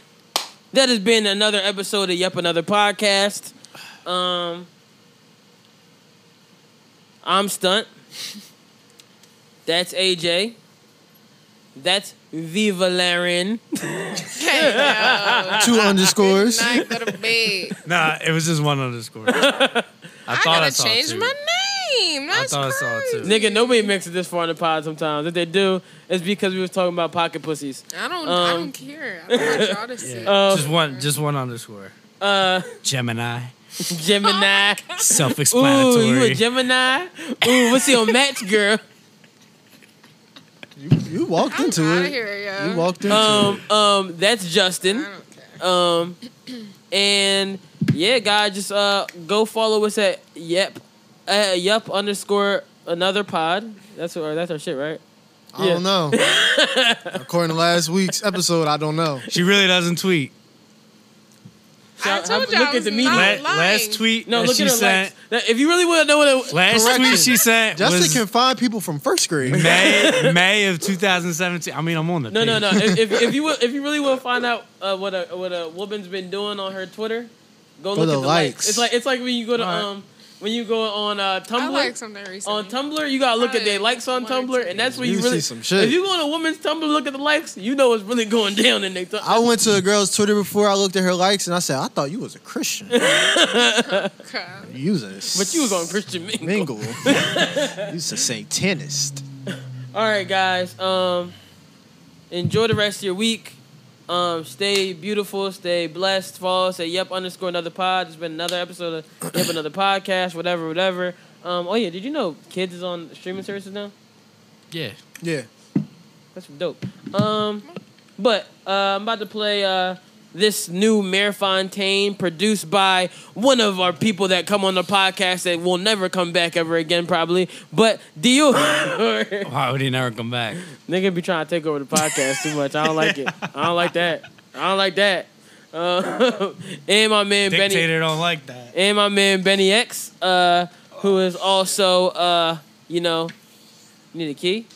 that has been another episode of Yep Another Podcast. Um, I'm Stunt. That's AJ. That's Viva Laren.
Two underscores.
Night, go to bed.
Nah, it was just one underscore. I thought
I,
I
gotta
saw
change
two.
my name. That's
I thought
crazy.
I saw two.
Nigga, nobody makes it this far in the pod sometimes. If they do, it's because we was talking about pocket pussies.
I don't. I
Um,
don't care. I don't want y'all to see. it.
Uh,
just one just one underscore.
Uh,
Gemini.
Gemini.
Self-explanatory.
Ooh, you a Gemini? Ooh, what's your match, girl?
You, you walked into it. You walked into
um,
it.
um, that's Justin. Um, and yeah, guys, just uh, go follow us at yep, uh, yep underscore another pod. That's our that's our shit, right?
I don't know. According to last week's episode, I don't know.
She really doesn't tweet.
I
told you I was not
La- last tweet
No,
that
look
she
at her
sent.
likes. That- If you really want to know what it,
Last tweet she sent
Justin
was
can find people from first grade.
May May of 2017. I mean, I'm on the
No, no,
page.
no. if, if, if you wa- if you really want to find out uh, what a what a woman's been doing on her Twitter, go
Go
look
to
at the likes.
likes.
It's like it's like when you go to
Alright.
um when you go on uh, Tumblr.
I like something recently.
on Tumblr, you gotta look at their likes on Tumblr, and that's where you,
You
really.
see some shit.
If you go on a woman's Tumblr, look at the likes, you know what's really going down in their.
I went to a girl's Twitter before. I looked at her likes and I said, "I thought you was a Christian." Using,
but you was on Christian Mingle.
Mingle. used to say tennis.
All right, guys. Um, enjoy the rest of your week. Um, stay beautiful, stay blessed. Follow us at Yep underscore another pod. It's been another episode of Yep Another Podcast. Whatever, whatever. Um, oh yeah, did you know Kids is on streaming services now?
Yeah.
Yeah.
That's dope. Um, but uh, I'm about to play uh, this new Mare Fontaine produced by one of our people that come on the podcast that will never come back ever again, probably. But Dior.
Why would he never come back?
Nigga be trying to take over the podcast too much. I don't like it. I don't like that. I don't like that. Uh, and my man Benny
Dictator don't like that.
and my man Benny X, uh, who is also uh, you know, you need a key.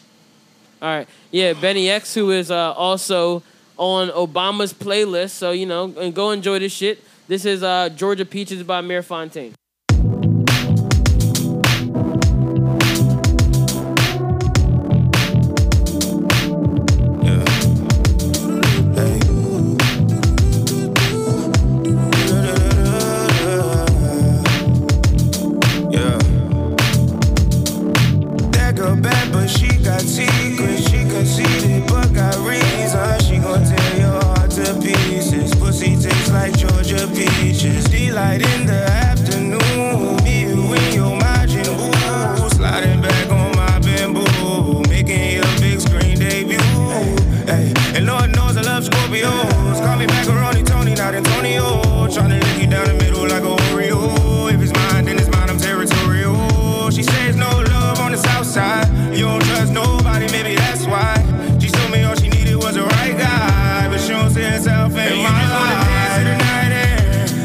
All right, yeah, Benny X, who is uh, also on Obama's playlist. So you know, and go enjoy this shit. This is uh, Georgia Peaches by Mayor Fontaine.
Yeah. That girl bad, but she got secrets. She conceited, but got reason. She gon' tear your heart to pieces. Pussy tastes like Georgia peaches. Delight in the afternoon. Me, you, and your margin. Ooh, sliding back on my bamboo. Making your big screen debut. Hey, and Lord knows I love Scorpios. Call me macaroni Tony, not Antonio. Tryna lick you down the middle like a Oreo. If it's mine, then it's mine. I'm territorial. She says no love on the south side. You don't trust nobody, maybe that's why. She told me all she needed was a right guy, but she don't see herself in my life.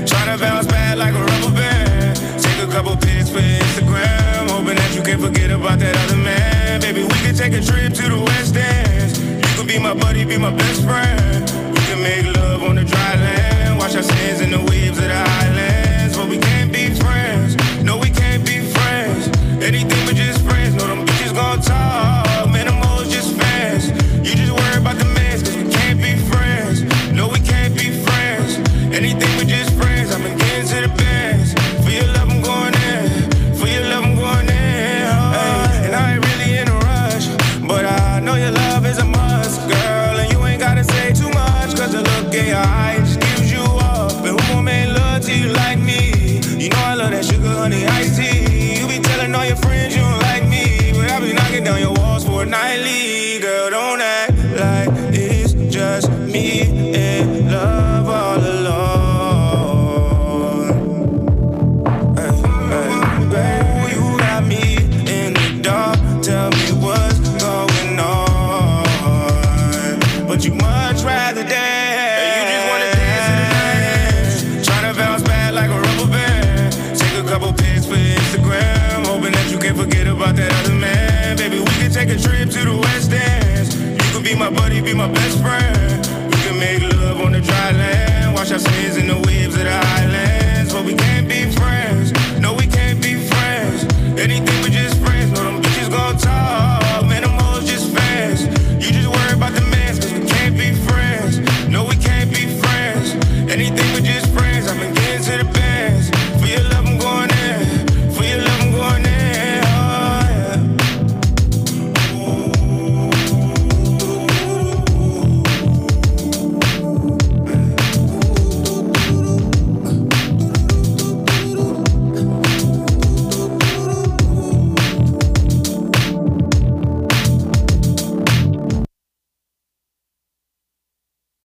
Tryna bounce back like a rubber band. Take a couple pics for Instagram, hoping that you can forget about that other man. Baby, we could take a trip to the West End. You could be my buddy, be my best friend. We can make love on the dry land. Wash our sins in the waves of the islands. But we can't be friends. No, we can't be friends. Anything but just friends. No, them bitches gon' talk. Man, them hoes just fans. You just worry about the mans, cause we can't be friends. No, we can't be friends. Anything but just friends. I've been getting to the bands. For your love, I'm going in. For your love, I'm going in. Oh. hard. And I ain't really in a rush. But I know your love is a must, girl. And you ain't gotta say too much, cause the look in your eyes just gives you up. And who won't make love to you like me? You know I love that sugar, honey, iced tea. You be telling all your friends you don't like me. But I be knocking down your walls for a nightly. Girl, don't act like it's just me and love all alone. Hey, hey, ooh, you got me in the dark. Tell me what's going on. But you much rather dance. You just wanna dance in the night. Tryna bounce back like a rubber band. Take a couple pics for Instagram. Hoping that you can forget about that other man. Baby, we could take a trip to the West End. You could be my buddy, be my best friend. We can make love on the dry land. Wash our sins in the Oh,